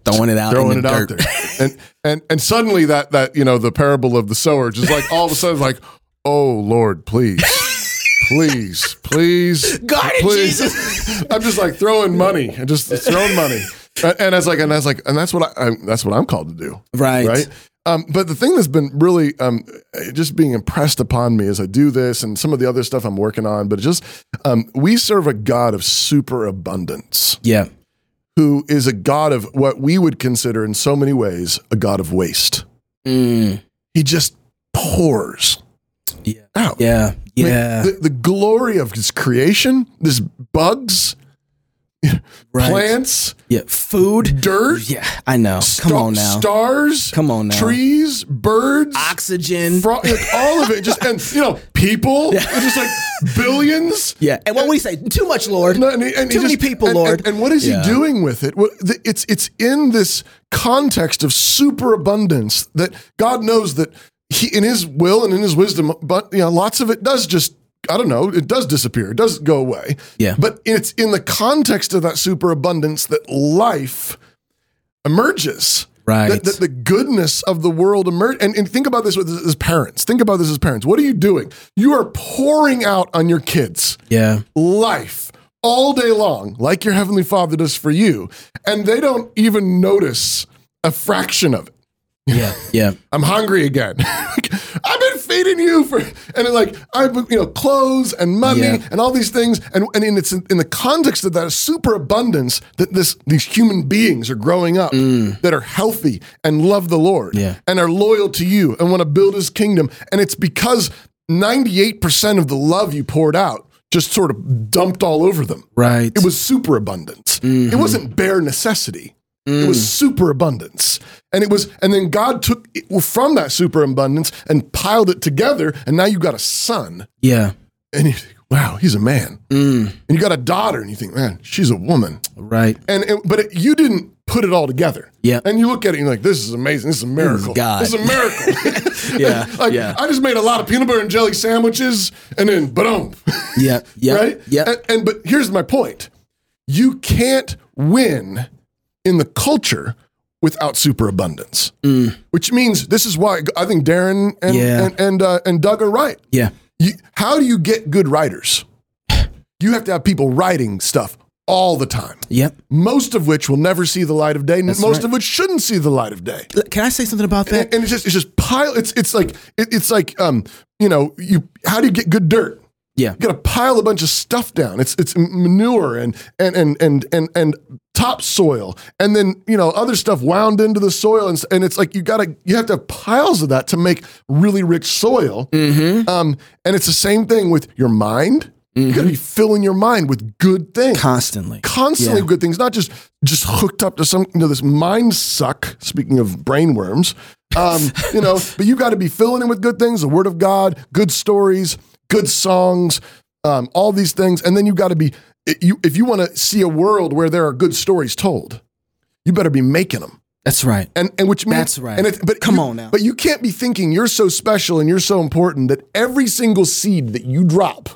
C: throwing it out
D: throwing
C: in
D: it
C: the
D: out
C: dirt.
D: there, and and and suddenly that that you know the parable of the sower just like all of a sudden like, oh Lord, please. Please, please,
C: God in
D: please.
C: Jesus.
D: <laughs> I'm just like throwing money and just throwing money, and, and I was like, and I was like, and that's what I, I'm, that's what I'm called to do
C: right
D: right? Um, but the thing that's been really um, just being impressed upon me as I do this and some of the other stuff I'm working on, but just um, we serve a God of superabundance
C: yeah
D: who is a God of what we would consider in so many ways a God of waste.
C: Mm.
D: He just pours
C: Yeah.
D: out.
C: yeah
D: I mean,
C: yeah
D: the, the glory of his creation, this bugs, plants,
C: yeah, food,
D: dirt.
C: Yeah, I know. Come on now.
D: stars,
C: Come on now.
D: trees, birds,
C: oxygen,
D: all of it. Just and you know,
C: <laughs>
D: people. It's just like billions.
C: Yeah, and what would he say? Too much, Lord.
D: No, and he- and
C: Too
D: he
C: many
D: just-
C: people,
D: and-
C: Lord.
D: And, and what is
C: Yeah.
D: he doing with it? Well, th- It's it's in this context of superabundance that God knows that he, in His will and in His wisdom, but you know, lots of it does just. I don't know. It does disappear. It does go away.
C: Yeah.
D: But it's in the context of that superabundance that life emerges.
C: Right.
D: That, that the goodness of the world emerges. And, and think about this with, as parents. Think about this as parents. What are you doing? You are pouring out on your kids
C: Yeah.
D: life all day long, like your Heavenly Father does for you. And they don't even notice a fraction of it.
C: Yeah.
D: <laughs>
C: Yeah.
D: I'm hungry again. <laughs> Like, I've been feeding you for, and then, like I, you know, clothes and money
C: Yeah.
D: and all these things, and and in, it's in, in the context of that superabundance that this these human beings are growing up that are healthy and love the Lord
C: Mm. Yeah.
D: and are loyal to you and want to build His kingdom, and it's because ninety eight percent of the love you poured out just sort of dumped all over them.
C: Right.
D: It was superabundance. It
C: Mm-hmm.
D: wasn't bare necessity. It
C: Mm.
D: was superabundance. And it was, and then God took it from that superabundance and piled it together, and now you got a son.
C: Yeah.
D: And you think, wow, he's a man.
C: Mm.
D: And you got a daughter, and you think, man, she's a woman. <laughs>
C: Right.
D: And it, but it, you didn't put it all together.
C: Yeah.
D: And you look at it and you're like, this is amazing. This is a miracle.
C: God.
D: This is a miracle.
C: <laughs>
D: <laughs>
C: Yeah,
D: like,
C: yeah.
D: I just made a lot of peanut butter and jelly sandwiches and then <laughs> boom.
C: Yeah. Yeah.
D: right?
C: Yeah.
D: And, and but here's my point: you can't win in the culture without superabundance, which means this is why I think Darren and
C: Mm. Yeah.
D: and and, uh, and Doug are right.
C: yeah.
D: You, how do you get good writers? You have to have people writing stuff all the time.
C: Yep.
D: Most of which will never see the light of day, and
C: That's
D: most
C: right.
D: of which shouldn't see the light of day
C: L- Can I say something about that?
D: and, and it's just it's just pile. It's it's like it, it's like um you know you how do you get good dirt?
C: Yeah.
D: you got to pile a bunch of stuff down. It's it's manure and and and and and and topsoil, and then you know other stuff wound into the soil, and, s- and it's like you got to you have to have piles of that to make really rich soil. Um, and it's the same thing with your mind. You got to be filling your mind with good things
C: Constantly.
D: constantly
C: Yeah.
D: good things, not just just hooked up to some you know this mind suck. Speaking of brain worms,
C: <laughs>
D: um, you know, but you got to be filling it with good things, the Word of God, good stories, good songs, um, all these things, and then you got to be i- you if you want to see a world where there are good stories told, you better be making them.
C: That's right.
D: And, and which means
C: That's right.
D: And it's, but
C: Come
D: you-
C: on now.
D: But you can't be thinking you're so special and you're so important that every single seed that you drop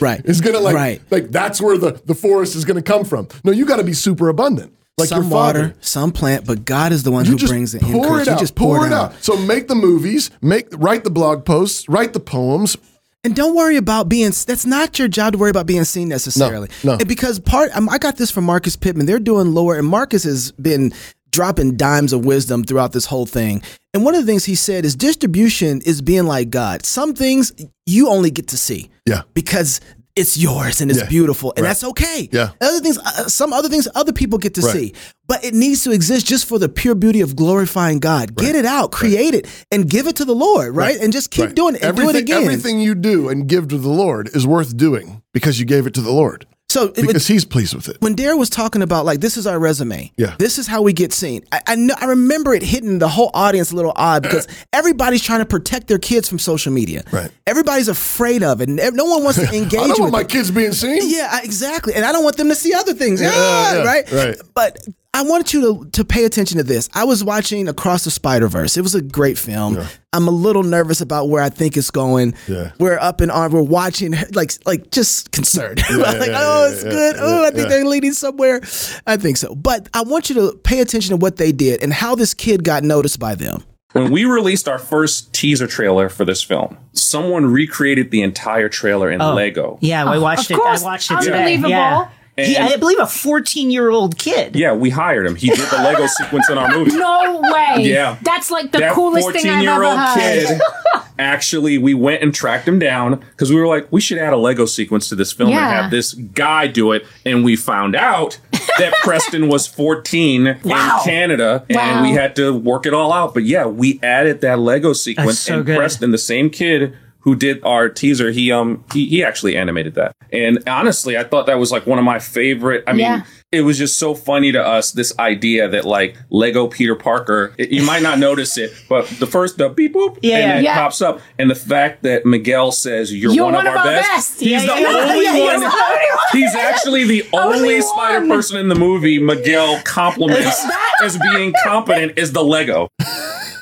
C: Right.
D: is gonna like
C: Right.
D: like that's where the the forest is gonna come from. No, you got to be super abundant, like
C: some
D: your
C: water,
D: father.
C: some plant, but God is the one who
D: just
C: brings the
D: pour
C: increase.
D: it
C: You
D: out,
C: just
D: pour, it out. So make the movies, make write the blog posts, write the poems.
C: And don't worry about being. That's not your job to worry about being seen necessarily.
D: No, no.
C: And because part, um, I got this from Marcus Pittman. They're doing lower, and Marcus has been dropping dimes of wisdom throughout this whole thing. And one of the things he said is distribution is being like God. Some things you only get to see.
D: Yeah.
C: Because it's yours and it's
D: Yeah.
C: beautiful and
D: Right.
C: that's okay.
D: Yeah.
C: Other things, uh, some other things other people get to
D: Right.
C: see, but it needs to exist just for the pure beauty of glorifying God. Get it out, create it, and give it to the Lord, right? And just keep
D: Right.
C: doing it and
D: everything,
C: do it again.
D: Everything you do and give to the Lord is worth doing because you gave it to the Lord
C: So it,
D: because He's pleased with it.
C: when Dare was talking about like this is our resume,
D: Yeah.
C: this is how we get seen. I, I know I remember it hitting the whole audience a little odd
D: <clears throat>
C: because everybody's trying to protect their kids from social media.
D: Right.
C: Everybody's afraid of it, and ev- no one wants to engage.
D: <laughs> I don't
C: with
D: want my
C: it.
D: kids being seen.
C: Yeah, I- exactly. And I don't want them to see other things.
D: Yeah,
C: Ah,
D: yeah,
C: right?
D: right.
C: But I wanted you to, to pay attention to this. I was watching Across the Spider Verse. It was a great film. I'm a little nervous about where I think it's going.
D: Yeah.
C: We're up in arm. We're watching, like, like just concerned. <laughs> like,
D: yeah,
C: oh,
D: yeah,
C: it's
D: yeah,
C: good.
D: yeah,
C: oh, I think
D: yeah.
C: they're leading somewhere. I think so. But I want you to pay attention to what they did and how this kid got noticed by them.
M: When we released our first teaser trailer for this film, someone recreated the entire trailer in
N: Oh.
M: Lego.
N: Yeah, we
O: Oh,
N: watched
O: of
N: it.
O: course.
N: I watched it today.
O: Unbelievable.
N: Yeah.
M: And-
N: He- I believe a 14 year old kid.
M: Yeah, we hired him. He did the Lego sequence in our movie.
O: No way.
M: <laughs> Yeah.
O: That's like the
M: that
O: coolest thing I've ever
M: 14-year-old
O: heard.
M: kid
O: <laughs>
M: actually we went and tracked him down because we were like we should add a lego sequence to this film and
O: Yeah.
M: have this guy do it and we
N: <laughs>
M: found out that preston was 14
N: Wow.
M: in canada
N: Wow.
M: and we had to work it all out but yeah we added that lego sequence
N: so
M: and
N: good.
M: preston the same kid who did our teaser, he um he, he actually animated that. And honestly, I thought that was like one of my favorite. I mean,
O: Yeah.
M: it was just so funny to us this idea that like Lego Peter Parker, it- you might not notice it, but the first the beep boop
N: Yeah,
M: and
N: yeah.
M: it
N: Yeah.
M: pops up, and the fact that Miguel says you're, one, of our, best,
N: Yeah,
M: he's
N: yeah,
M: the
N: yeah.
M: only
N: Yeah, he's
M: one.
N: the only one.
M: He's actually the only, Spider Person in the movie Miguel compliments as being competent is the Lego.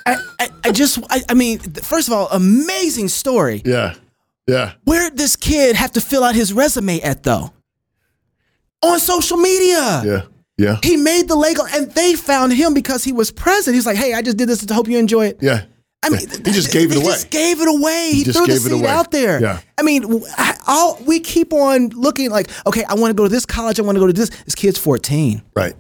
C: I, I just, I, I mean, th- first of all, amazing story.
D: Yeah. Yeah.
C: Where did this kid have to fill out his resume at, though? On social media.
D: Yeah. Yeah.
C: He made the Lego and they found him because he was present. He's like, hey, I just did this to hope you enjoy it.
D: Yeah.
C: I mean,
D: he just gave it
C: He
D: away.
C: just gave it away. He,
D: He just
C: threw the
D: gave it
C: seed
D: away.
C: out there.
D: Yeah.
C: I mean, w- I- all, we keep on looking like, okay, I want to go to this college. I want to go to this. This kid's 14.
D: Right.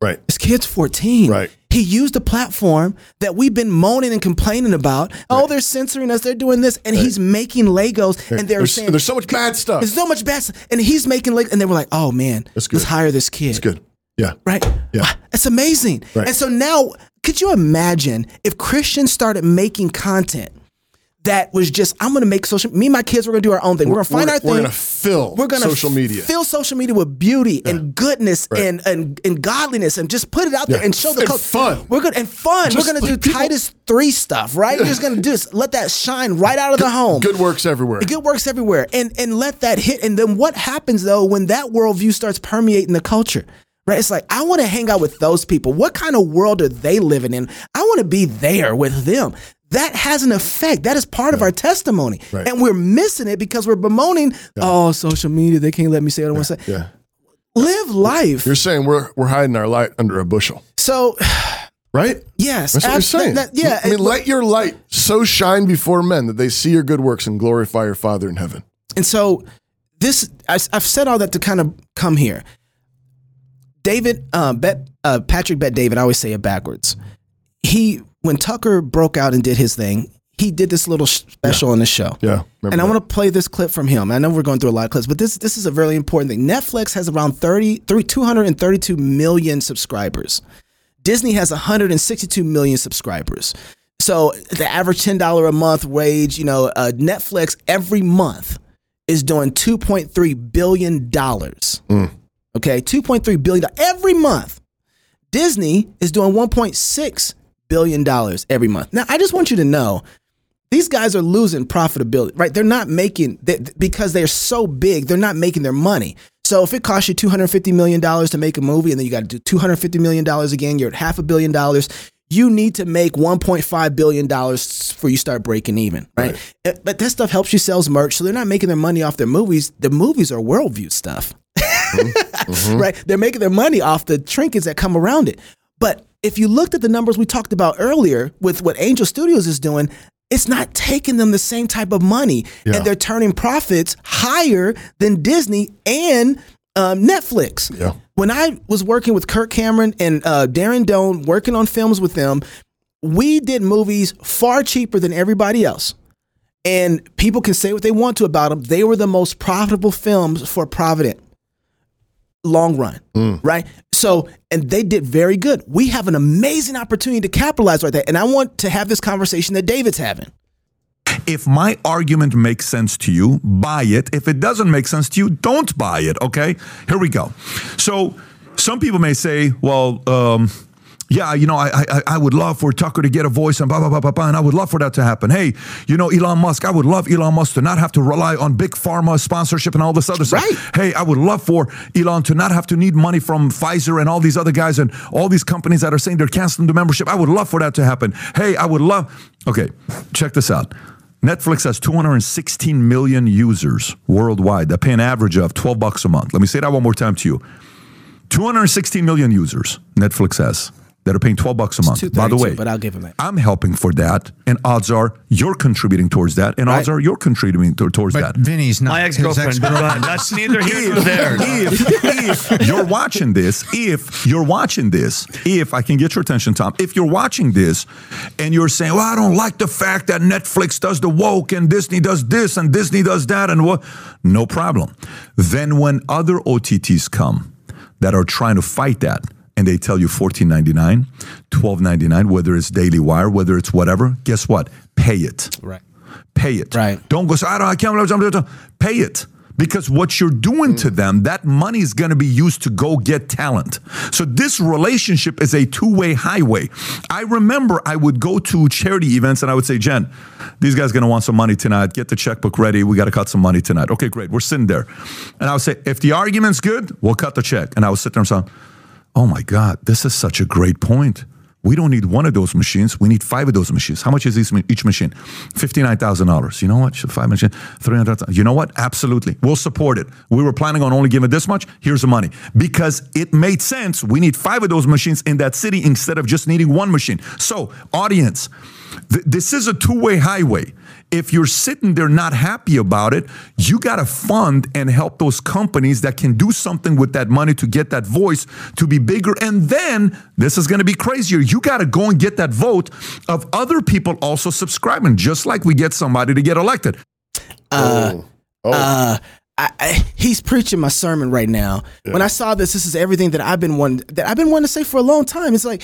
D: Right.
C: This kid's 14. Right. He used a platform that we've been moaning and complaining about. Oh, they're censoring us. They're doing this. And he's making Legos. And they're
D: There's-
C: saying,
D: there's so much bad stuff.
C: There's so much bad stuff. And he's making Legos. And they were like, oh, man, let's hire this kid. That's
D: good. Yeah.
C: Right.
D: Yeah.
C: It's amazing.
D: Right.
C: And so now, could you imagine if Christians started making content that was just, I'm going to make social, me and my kids, we're going to do our own thing. We're, going to find
D: we're-
C: our thing.
D: we're gonna fill
C: We're gonna
D: social media.
C: Fill social media with beauty and goodness and, and, and godliness and just put it out there
D: Yeah.
C: and show the
D: And
C: cult-
D: fun.
C: We're going to, and fun.
D: Just
C: we're going to
D: like
C: do Titus 3 stuff, right? We're just going to do this. Let that shine right out of the home.
D: Good works everywhere.
C: It good works everywhere, and and let that hit. And then what happens though when that worldview starts permeating the culture? Right? It's like I want to hang out with those people. What kind of world are they living in? I want to be there with them. That has an effect. That is part of our testimony,
D: Right.
C: and we're missing it because we're bemoaning. Oh, social media. They can't let me say what I want to say.
D: Yeah.
C: Live life.
D: You're saying we're we're hiding our light under a bushel,
C: So
D: right?
C: Yes,
D: That's what
C: abs-
D: you're saying.
C: that- that- yeah,
D: I mean,
C: it-
D: let your light so shine before men that they see your good works and glorify your Father in heaven.
C: And so this, I, have said all that to kind of come here. David, uh, Bet, uh, Patrick Bet David, I always say it backwards. He, when Tucker broke out and did his thing, he did this little sh- special on the show.
D: Yeah.
C: And I want to play this clip from him. I know we're going through a lot of clips, but this this is a really important thing. Netflix has around 30, three- 232 million subscribers. Disney has 162 million subscribers. So the average $10 a month wage, you know, uh, Netflix every month is doing $2.3 billion. Okay, $2.3 billion every month. Disney is doing $1.6 billion every month. Now, I just want you to know these guys are losing profitability, right? They're not making they, because they're so big, they're not making their money. So if it costs you two hundred fifty million dollars to make a movie, and then you got to do two hundred fifty million dollars again, you're at half a billion dollars. You need to make one point five billion dollars for you start breaking even, right? Uh, But that stuff helps you sells merch, so they're not making their money off their movies. The movies are worldview stuff
D: Mm-hmm.
C: right? They're making their money off the trinkets that come around it. But if you looked at the numbers we talked about earlier with what Angel Studios is doing, it's not taking them the same type of money,
D: Yeah.
C: and they're turning profits higher than Disney and um, Netflix.
D: Yeah.
C: When I was working with Kirk Cameron and uh, Darren Doan, working on films with them, we did movies far cheaper than everybody else. And people can say what they want to about them. They were the most profitable films for Provident long run,
P: Mm.
C: right? So, and they did very good. We have an amazing opportunity to capitalize right there. And I want to have this conversation that David's having.
P: If my argument makes sense to you, buy it. If it doesn't make sense to you, don't buy it. Okay? Here we go. So some people may say, well, um, yeah, you know, I, I I would love for Tucker to get a voice and blah blah blah blah blah, and I would love for that to happen. Hey, you know, Elon Musk, I would love Elon Musk to not have to rely on big pharma sponsorship and all this other stuff. Hey, I would love for Elon to not have to need money from Pfizer and all these other guys and all these companies that are saying they're canceling the membership. I would love for that to happen. Hey, I would love. Okay, check this out. Netflix has 216 million users worldwide that pay an average of 12 bucks a month. Let me say that one more time to you. 216 million users Netflix has that are paying 12 bucks a month. By the
C: 32,
P: way,
C: but I'll give him that.
P: I'm helping for that, and odds are you're contributing towards that, and odds are you're contributing to- towards that.
Q: Vinny's not
P: My
Q: his ex-girlfriend.
P: ex-girlfriend.
Q: but that's neither here nor
P: If-
Q: there.
P: If, if you're watching this, if you're watching this, if I can get your attention, Tom, if you're watching this and you're saying, well, I don't like the fact that Netflix does the woke and Disney does this and Disney does that and what, no problem. Then when other OTTs come that are trying to fight that, and they tell you $14.99, $12.99, whether it's Daily Wire, whether it's whatever, guess what? Pay it. Right. Pay it. Right. Don't go. "So I don't. I can't. blah, blah, blah, blah." Pay it. Because what you're doing to them, that money is going to be used to go get talent. So this relationship is a two-way highway. I remember I would go to charity events and I would say, Jen, these guys going to want some money tonight. Get the checkbook ready. We got to cut some money tonight. Okay, great. We're sitting there, and I would say, if the argument's good, we'll cut the check. And I would sit there and say, Oh my God, this is such a great point. We don't need one of those machines. We need five of those machines. How much is each, ma- each machine? Fifty-nine thousand dollars. You know what? Should Five machines, three hundred. You know what? Absolutely, we'll support it. We were planning on only giving this much. Here's the money because it made sense. We need five of those machines in that city instead of just needing one machine. So, audience, th- this is a two-way highway. If you're sitting there not happy about it, you got to fund and help those companies that can do something with that money to get that voice to be bigger. And then this is going to be crazier. You got to go and get that vote of other people also subscribing, just like we get somebody to get elected.
C: Uh,
D: Oh,
P: Oh.
C: uh, I, I, he's preaching my sermon right now. When I saw this, this is everything that I've been wanting, that I've been wanting to say for a long time. It's like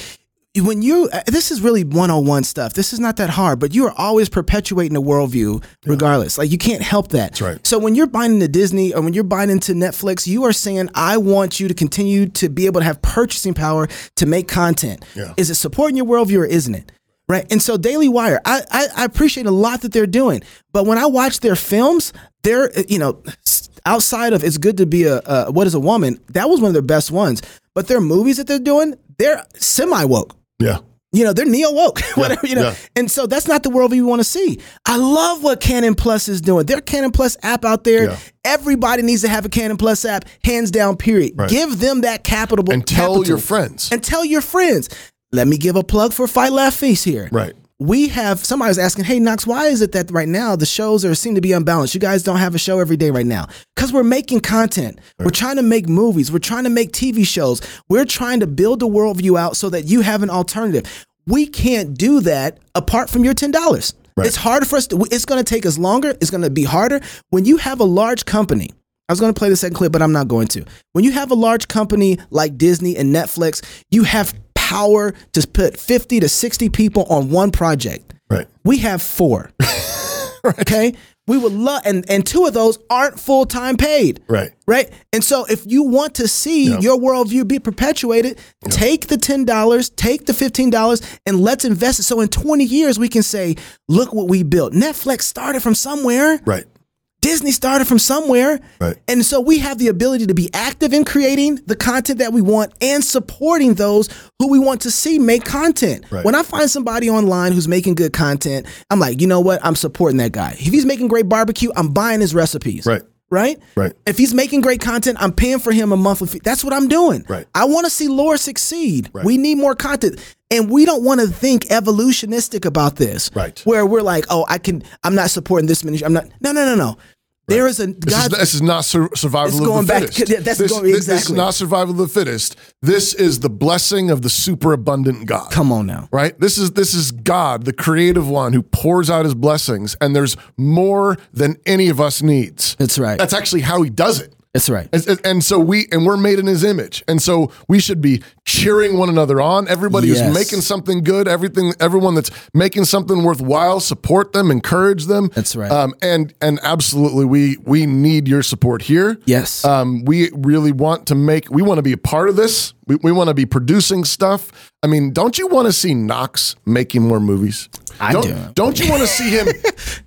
C: when you uh, this is really 101 stuff. This is not that hard, but you are always perpetuating a worldview regardless. Like you can't help that. That's right. So when you're buying into Disney or when you're buying into Netflix, you are saying I want you to continue to be able to have purchasing power to make content.
O: Yeah.
C: Is it supporting your worldview or isn't it? Right. And so Daily Wire, I, I, I appreciate a lot that they're doing. But when I watch their films, they're, uh, you know, s- outside of It's Good to Be a, uh, What is a Woman, that was one of their best ones. But their movies that they're doing, they're semi woke.
D: Yeah.
C: You know, they're neo <laughs> woke, whatever, you know.
D: yeah.
C: And so that's not the world we want to see. I love what Canon Plus is doing. Their Canon Plus app out there,
D: Yeah.
C: everybody needs to have a Canon Plus app, hands down, period.
D: Right.
C: Give them that capital. And
D: tell your friends.
C: And tell your friends. Let me give a plug for Fight Laugh Feast here.
D: Right.
C: We have somebody was asking, hey Knox, why is it that right now the shows are seem to be unbalanced? You guys don't have a show every day right now. Because we're making content. We're trying to make movies. We're trying to make TV shows. We're trying to build the worldview out so that you have an alternative. We can't do that apart from your ten dollars. It's harder for us to it's gonna take us longer, it's gonna be harder. When you have a large company I was going to play the second clip, but I'm not going to. When you have a large company like Disney and Netflix, you have power to put 50 to 60 people on one project.
D: Right.
C: We have
D: <laughs>
C: four. Okay. We would love, and, and two of those aren't full time paid.
D: Right.
C: Right. And so if you want to see
D: Yeah.
C: your worldview be perpetuated, take the $10, take the $15, and let's invest it. So in 20 years, we can say, look what we built. Netflix started from somewhere.
D: Right.
C: Disney started from somewhere.
D: Right.
C: And so we have the ability to be active in creating the content that we want and supporting those who we want to see make content.
D: Right.
C: When I find somebody online who's making good content, I'm like, you know what? I'm supporting that guy. If he's making great barbecue, I'm buying his recipes.
D: Right.
C: Right?
D: Right.
C: If he's making great content, I'm paying for him a monthly fee. That's what I'm doing.
D: Right.
C: I want to see Laura succeed. We need more content. And we don't want to think evolutionistic about this. Right. Where we're like, oh, I can I'm not supporting this ministry. I'm not no no no no. There is a
D: This,
C: God,
D: is, this is not sur- survival
C: It's
D: of
C: going
D: the
C: back-
D: fittest.
C: yeah, that's
D: this,
C: going-
D: thi- this is
C: exactly.
D: not survival of the fittest. This is the blessing of the superabundant God.
C: Come on now.
D: Right? This is this is God, the creative one who pours out his blessings and there's more than any of us needs.
C: That's right.
D: That's actually how he does it.
C: That's right.
D: And, and- and so we and we're made in his image. And so we should be cheering one another on. Everybody
C: Yes.
D: who's making something good, everything everyone that's making something worthwhile, support them, encourage them. That's
C: right.
D: Um, and and absolutely we we need your support here.
C: Yes.
D: Um, we really want to make we want to be a part of this. We, we want to be producing stuff. I mean, don't you want to see Knox making more movies?
C: I
D: don't,
C: do.
D: Don't you want
C: <laughs>
D: to see him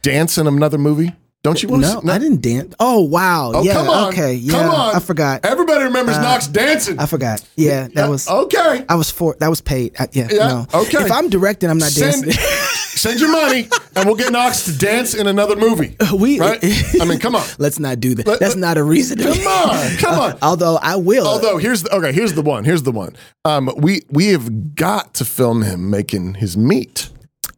D: dance in another movie? Don't you want to
C: no,
D: see, no?
C: I didn't dance. Oh wow.
D: Oh,
C: yeah.
D: come on.
C: Okay. Yeah.
D: Come on.
C: I forgot.
D: Everybody remembers
C: Uh,
D: Knox dancing. Uh,
C: I forgot. Yeah, that was
D: okay.
C: I was for that was paid. I, yeah,
D: Yeah,
C: no.
D: okay.
C: If I'm directing, I'm not
D: send,
C: dancing. <laughs>
D: <laughs> send your money, and we'll get Knox to dance in another movie.
C: <laughs> We
D: right? I mean,
C: <laughs>
D: come on.
C: Let's not do that. That's not a reason. To
D: Come on, come on.
C: <laughs> although I will.
D: Although here's the okay, here's the one. Here's the one. Um, we we have got to film him making his meat.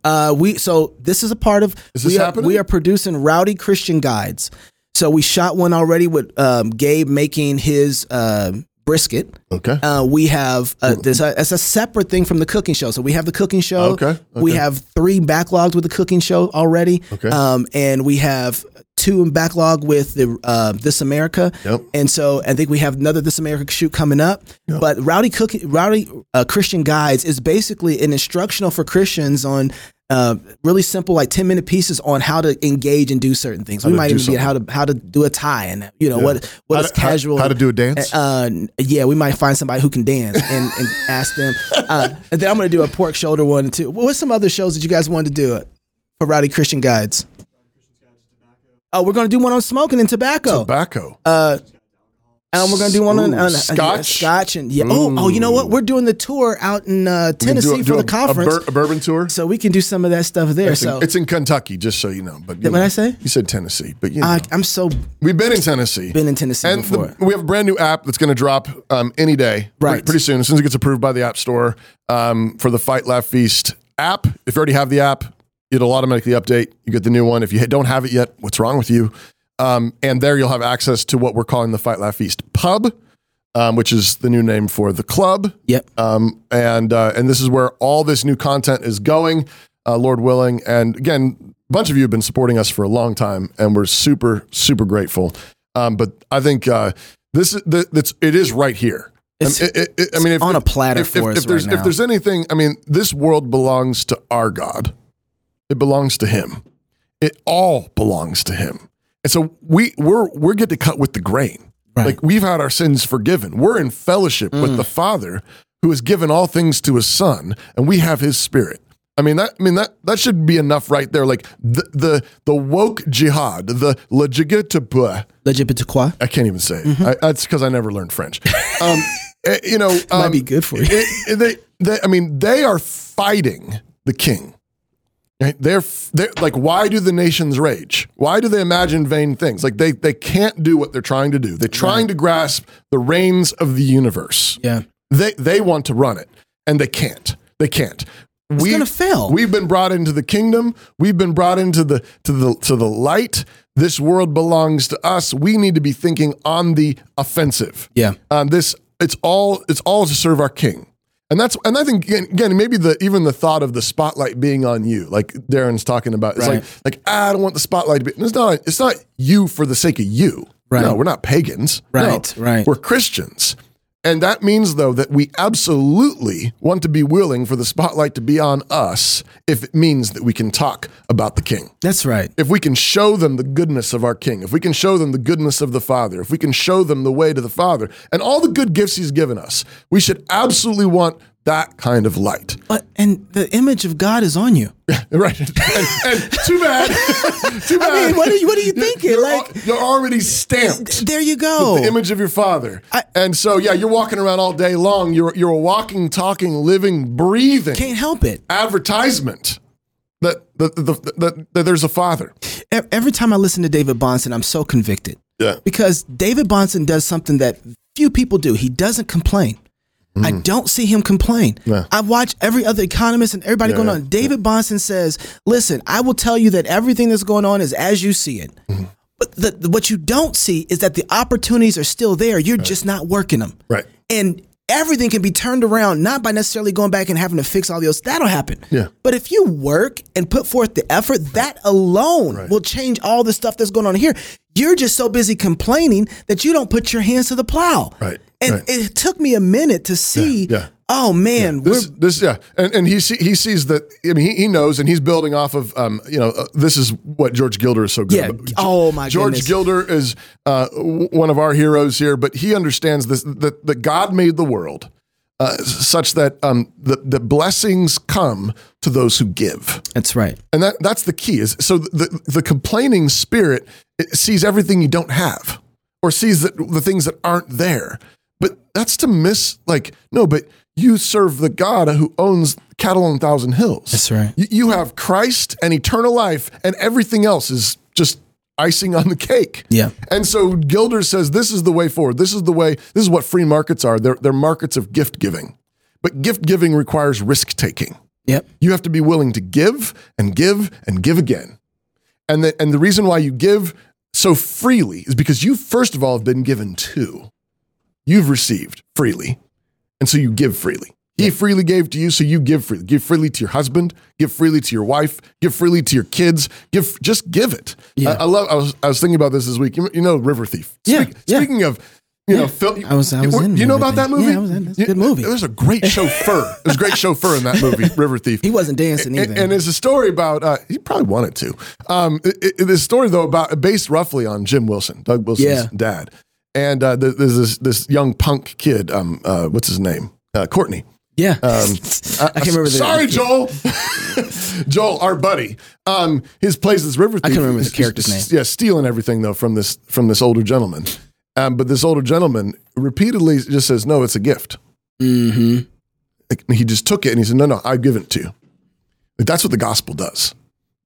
C: Uh, we so this is a part of
D: Is this
C: we, are,
D: happening?
C: we are producing rowdy Christian guides. So we shot one already with um, Gabe making his um brisket.
D: Okay. Mm.
C: Uh, we have uh, this. Uh, it's a separate thing from the cooking show. So we have the cooking show.
D: Okay,
C: We
D: okay.
C: have three backlogs with the cooking show already.
D: Okay.
C: Um, and we have two in backlog with the uh, This America. Yep. And so I think we have another This America shoot coming up. But Rowdy Cooking, Rowdy uh, Christian Guides is basically an instructional for Christians on. uh, really simple, like ten minute pieces on how to engage and do certain things.
D: How
C: we
D: to
C: might
D: do
C: even be at how to how to do a tie and you know
D: Yeah.
C: what what
D: How
C: is
D: to- how-
C: casual.
D: how to do a dance?
C: Uh, yeah, we might find somebody who can dance and, and ask them. Uh, and then I'm going to do a pork shoulder one too. What's some other shows that you guys wanted to do uh, for Rowdy Christian Guides? Oh, we're going to do one on smoking and tobacco.
D: Tobacco.
C: Uh, and we're going to do one on,
D: Ooh,
C: on- on
D: scotch?
C: Scotch and yeah. Oh, oh, you know what? We're doing the tour out in uh,
D: We can do
C: Tennessee
D: a-
C: for
D: do
C: the
D: a- a
C: conference.
D: bur- a bourbon tour.
C: So we can do some of that stuff there.
D: It's in-
C: so
D: it's in Kentucky, just so you know. But you
C: What
D: know,
C: I say?
D: You said Tennessee, but you know.
C: I, I'm so
D: We've been in Tennessee.
C: Been in Tennessee
D: and the-
C: before.
D: we have a brand new app that's going to drop um, any day,
C: Right.
D: Pretty, pretty soon, as soon as it gets approved by the App Store um, for the Fight Laugh Feast app. If you already have the app, it'll automatically update. You get the new one. If you don't have it yet, what's wrong with you? Um, and there you'll have access to what we're calling the Fight Laugh Feast Pub. Um, which is the new name for the club.
C: Yep.
D: Um, and uh, and this is where all this new content is going, uh, Lord willing. And again, a bunch of you have been supporting us for a long time, and we're super super grateful. Um, but I think uh, this is the, that's it is right here.
C: It's-
D: Um, it- it- it- I
C: it's
D: mean, if,
C: on a
D: if-
C: platter
D: if,
C: for us
D: if, if there's
C: right now.
D: if there's anything, I mean, this world belongs to our God. It belongs to Him. It all belongs to Him. And so we we're we get to cut with the grain. Like we've had our sins forgiven. We're in fellowship
C: Mm.
D: with the Father who has given all things to his son and we have his spirit. I mean that I mean that that should be enough right there. Like the the the woke jihad, the legitibua.
C: Legitibua?
D: I can't even say it.
C: Mm-hmm.
D: I, that's because I never
C: <laughs>
D: learned French. Um, eh, you know, um,
C: might be good for you.
D: it- it- they, they, I mean, they are fighting the king. Right? They're, f- they're like, why do the nations rage? Why do they imagine vain things? Like they they can't do what they're trying to do. They're trying to grasp the reins of the universe.
C: Yeah,
D: they they want to run it, and they can't. They can't. It's
C: gonna fail.
D: We've been brought into the kingdom. We've been brought into the to the to the light. This world belongs to us. We need to be thinking on the offensive.
C: Yeah.
D: Um, this it's all it's all to serve our King, and that's and I think again, again maybe the even the thought of the spotlight being on you, like Darren's talking about, it's
C: Right.
D: like like "Ah, I don't want the spotlight to be. It's not it's not you for the sake of you.
C: Right.
D: No, we're not pagans. No.
C: Right, right.
D: We're Christians. And that means, though, that we absolutely want to be willing for the spotlight to be on us if it means that we can talk about the king.
C: That's right.
D: If we can show them the goodness of our king, if we can show them the goodness of the father, if we can show them the way to the father and all the good gifts he's given us, we should absolutely want that kind of light. <laughs>
C: But and the image of God is on you.
D: right. And, and
C: <laughs>
D: too bad. too bad.
C: I mean, what are you, what are you thinking? like
D: You're already stamped.
C: There you go.
D: With the image of your father. and so, yeah, you're walking around all day long. You're you're a walking, talking, living, breathing.
C: Can't help it.
D: Advertisement that that the, that, that there's a father.
C: E- every time I listen to David Bonson, I'm so convicted.
D: Yeah.
C: Because David Bonson does something that few people do. He doesn't complain. I don't see him complain.
D: Mm. Yeah.
C: I watch every other economist and everybody
D: Yeah,
C: going
D: yeah,
C: on. David Bonson says, "Listen, I will tell you that everything that's going on is as you see it."
D: Mm-hmm.
C: But the, the- what you don't see is that the opportunities are still there. You're just not working them.
D: Right.
C: And everything can be turned around not by necessarily going back and having to fix all those. That'll happen.
D: Yeah.
C: But if you work and put forth the effort, that alone will change all the stuff that's going on here. You're just so busy complaining that you don't put your hands to the plow.
D: Right.
C: And
D: Right.
C: it took me a minute to see.
D: yeah.
C: Oh man,
D: This, this yeah, and, and he see, he sees that. I mean, he, he knows, and he's building off of um, you know, uh, this is what George Gilder is so good.
C: Yeah.
D: about. Ge-
C: Oh, my
D: George
C: goodness.
D: Gilder is uh, w- one of our heroes here, but he understands this that that God made the world uh, such that um, the the blessings come to those who give.
C: That's right.
D: And that that's the key is so the the complaining spirit it sees everything you don't have or sees that the things that aren't there. But that's to miss like no, but you serve the God who owns cattle on a thousand hills. That's
C: right.
D: You, you have Christ and eternal life and everything else is just icing on the cake.
C: Yeah.
D: And so Gilder says this is the way forward. This is the way this is what free markets are. They're they're markets of gift giving. But gift giving requires risk taking.
C: Yep.
D: You have to be willing to give and give and give again. And the, and the reason why you give so freely is because you, first of all, have been given to. You've received freely. And so you give freely. He freely gave to you, so you give freely. Give freely to your husband, give freely to your wife, give freely to your kids. Give just give it. I, I love. I was, I was thinking about this this week. You, you know, River Thief.
C: Yeah,
D: Speak- Speaking of You know, Phil.
C: I was, I was
D: you
C: in
D: know about that
C: everything.
D: movie?
C: Yeah, I was in. That's a
D: You-
C: good movie.
D: It was a great chauffeur. There's a great chauffeur in
C: <laughs>
D: that movie, River Thief. He
C: wasn't dancing
D: either. And, it's a story about uh, he probably wanted to. Um, it, it, it's a story though about based roughly on Jim Wilson, Doug Wilson's
C: Yeah.
D: dad. And uh, th- there's this this young punk kid. Um, uh, what's his name? Uh, Courtney.
C: <laughs> Yeah.
D: Um, I,
C: can't remember the-
D: Sorry,
C: the kid.
D: Joel. Joel, <laughs> our buddy, um, his plays this river.
C: I
D: thief
C: can't remember
D: is-
C: his character's
D: is- Yeah, stealing everything though from this from this older gentleman. Um, but this older gentleman repeatedly just says, "No, it's a gift." Mm-hmm. he just took it and he said, "No, no, I've given it to you." Like, that's what the gospel does.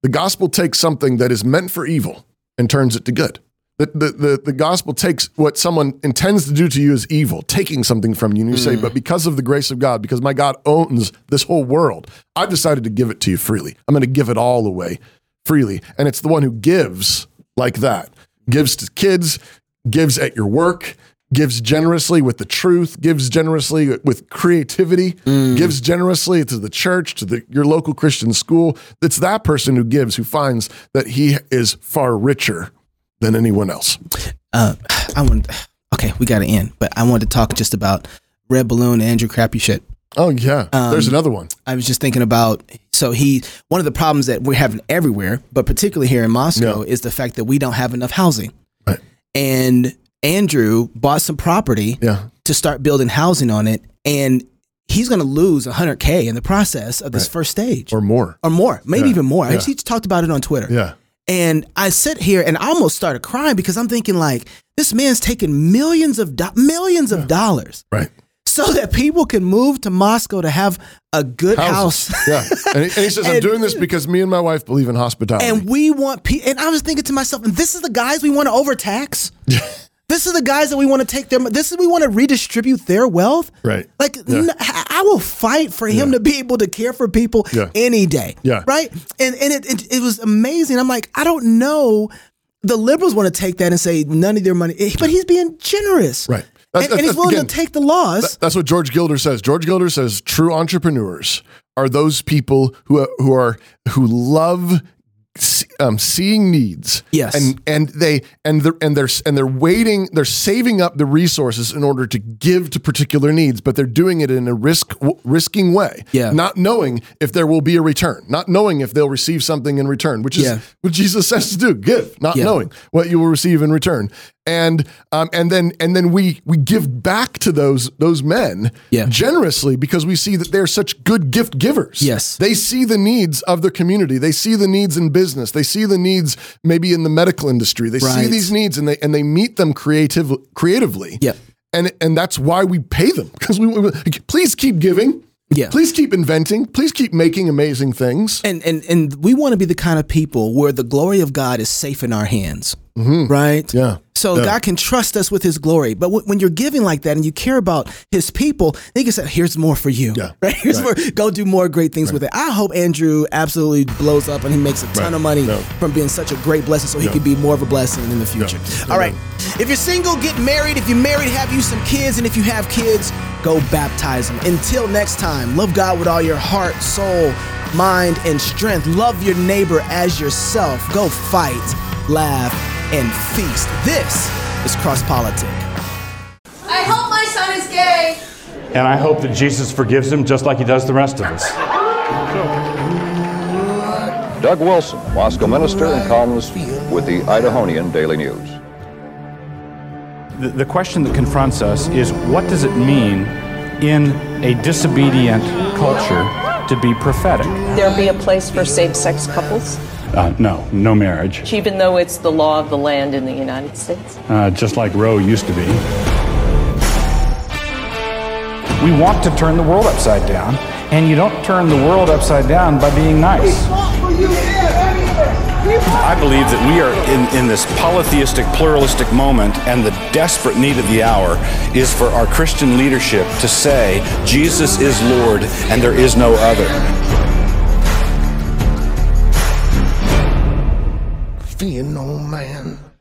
D: The gospel takes something that is meant for evil and turns it to good. The, the, the, the gospel takes what someone intends to do to you as evil, taking something from you, and you say, But because of the grace of God, because my God owns this whole world, I've decided to give it to you freely. I'm going to give it all away freely. And it's the one who gives like that gives to kids, gives at your work, gives generously with the truth, gives generously with creativity,
C: Mm.
D: gives generously to the church, to the, your local Christian school. It's that person who gives who finds that he is far richer than anyone else.
C: Uh, I want. Okay, we got to end, but I wanted to talk just about Red Balloon and Andrew Crappy shit.
D: Oh yeah,
C: Um,
D: There's another one.
C: I was just thinking about. So he, one of the problems that we're having everywhere, but particularly here in Moscow, is the fact that we don't have enough housing.
D: Right.
C: And Andrew bought some property
D: yeah.
C: to start building housing on it, and he's going to lose 100k in the process of this
D: Right.
C: first stage,
D: or more,
C: or more, maybe
D: Yeah.
C: even more. I
D: Yeah.
C: actually talked about it on Twitter.
D: Yeah.
C: And I sit here and I almost started crying because I'm thinking like this man's taking millions of do- millions of dollars,
D: right?
C: So that people can move to Moscow to have a good
D: Houses.
C: house. <laughs>
D: Yeah. And he, and he says, I'm
C: And-
D: doing this because me and my wife believe in hospitality.
C: And we want pe And I was thinking to myself, and this is the guys we want to
D: <laughs>
C: overtax. this is the guys that we want to take their. mo- This is we want to redistribute their wealth.
D: right.
C: Like
D: Yeah.
C: n- I I will fight for him to be able to care for people
D: Yeah.
C: any day.
D: Yeah.
C: Right. And and it, it it was amazing. I'm like I don't know. The liberals want to take that and say none of their money, eh, but he's being generous.
D: Right.
C: And,
D: That's-
C: and he's
D: that's-
C: willing
D: again,
C: to take the laws.
D: That- that's what George Gilder says. George Gilder says true entrepreneurs are those people who are, who are who love se- um, seeing needs.
C: Yes.
D: and and they and they're and they're and they're waiting. They're saving up the resources in order to give to particular needs, but they're doing it in a risk risking way.
C: Yeah.
D: not knowing if there will be a return, not knowing if they'll receive something in return, which is
C: Yeah.
D: what Jesus says to do: give, not
C: Yeah.
D: knowing what you will receive in return. And um, and then and then we we give back to those those men
C: Yeah.
D: generously because we see that they're such good gift givers.
C: Yes.
D: they see the needs of their community. They see the needs in business. They see the needs maybe in the medical industry. They see
C: Right.
D: these needs and they and they meet them creative creatively.
C: Yeah.
D: And, and that's why we pay them because we, we please keep giving.
C: Yeah.
D: Please keep inventing. Please keep making amazing things.
C: And and and we want to be the kind of people where the glory of God is safe in our hands, right?
D: Mm-hmm. Yeah.
C: So
D: Yeah.
C: God can trust us with His glory. But when when you're giving like that and you care about His people, they can say, "Here's more for you." Yeah. <laughs> Right. Here's
D: Right.
C: more. Go do more great things with it. I hope Andrew absolutely blows up and he makes a ton
D: Right.
C: of money
D: No.
C: from being such a great blessing, so he
D: No.
C: can be more of a blessing in the future. All right. If you're single, get married. If you're married, have you some kids. And if you have kids, go baptize them. Until next time, love God with all your heart, soul, mind, and strength. Love your neighbor as yourself. Go fight, laugh, and feast. This is Cross Politic.
B: I hope my son is gay.
O: And I hope that Jesus forgives him just like he does the rest of us.
Q: Doug Wilson, Moscow minister and columnist with the Idahonian Daily News.
O: The, the question that confronts us is what does it mean in a disobedient culture to be prophetic?
R: There be a place for same sex couples,
O: Uh, no, no marriage,
R: even though it's the law of the land in the United States.
O: uh, just like Roe used to be. We want to turn the world upside down, and you don't turn the world upside down by being nice.
S: I believe that we are in, in this polytheistic, pluralistic moment, and the desperate need of the hour is for our Christian leadership to say, Jesus is Lord and there is no other.
T: Fear no man.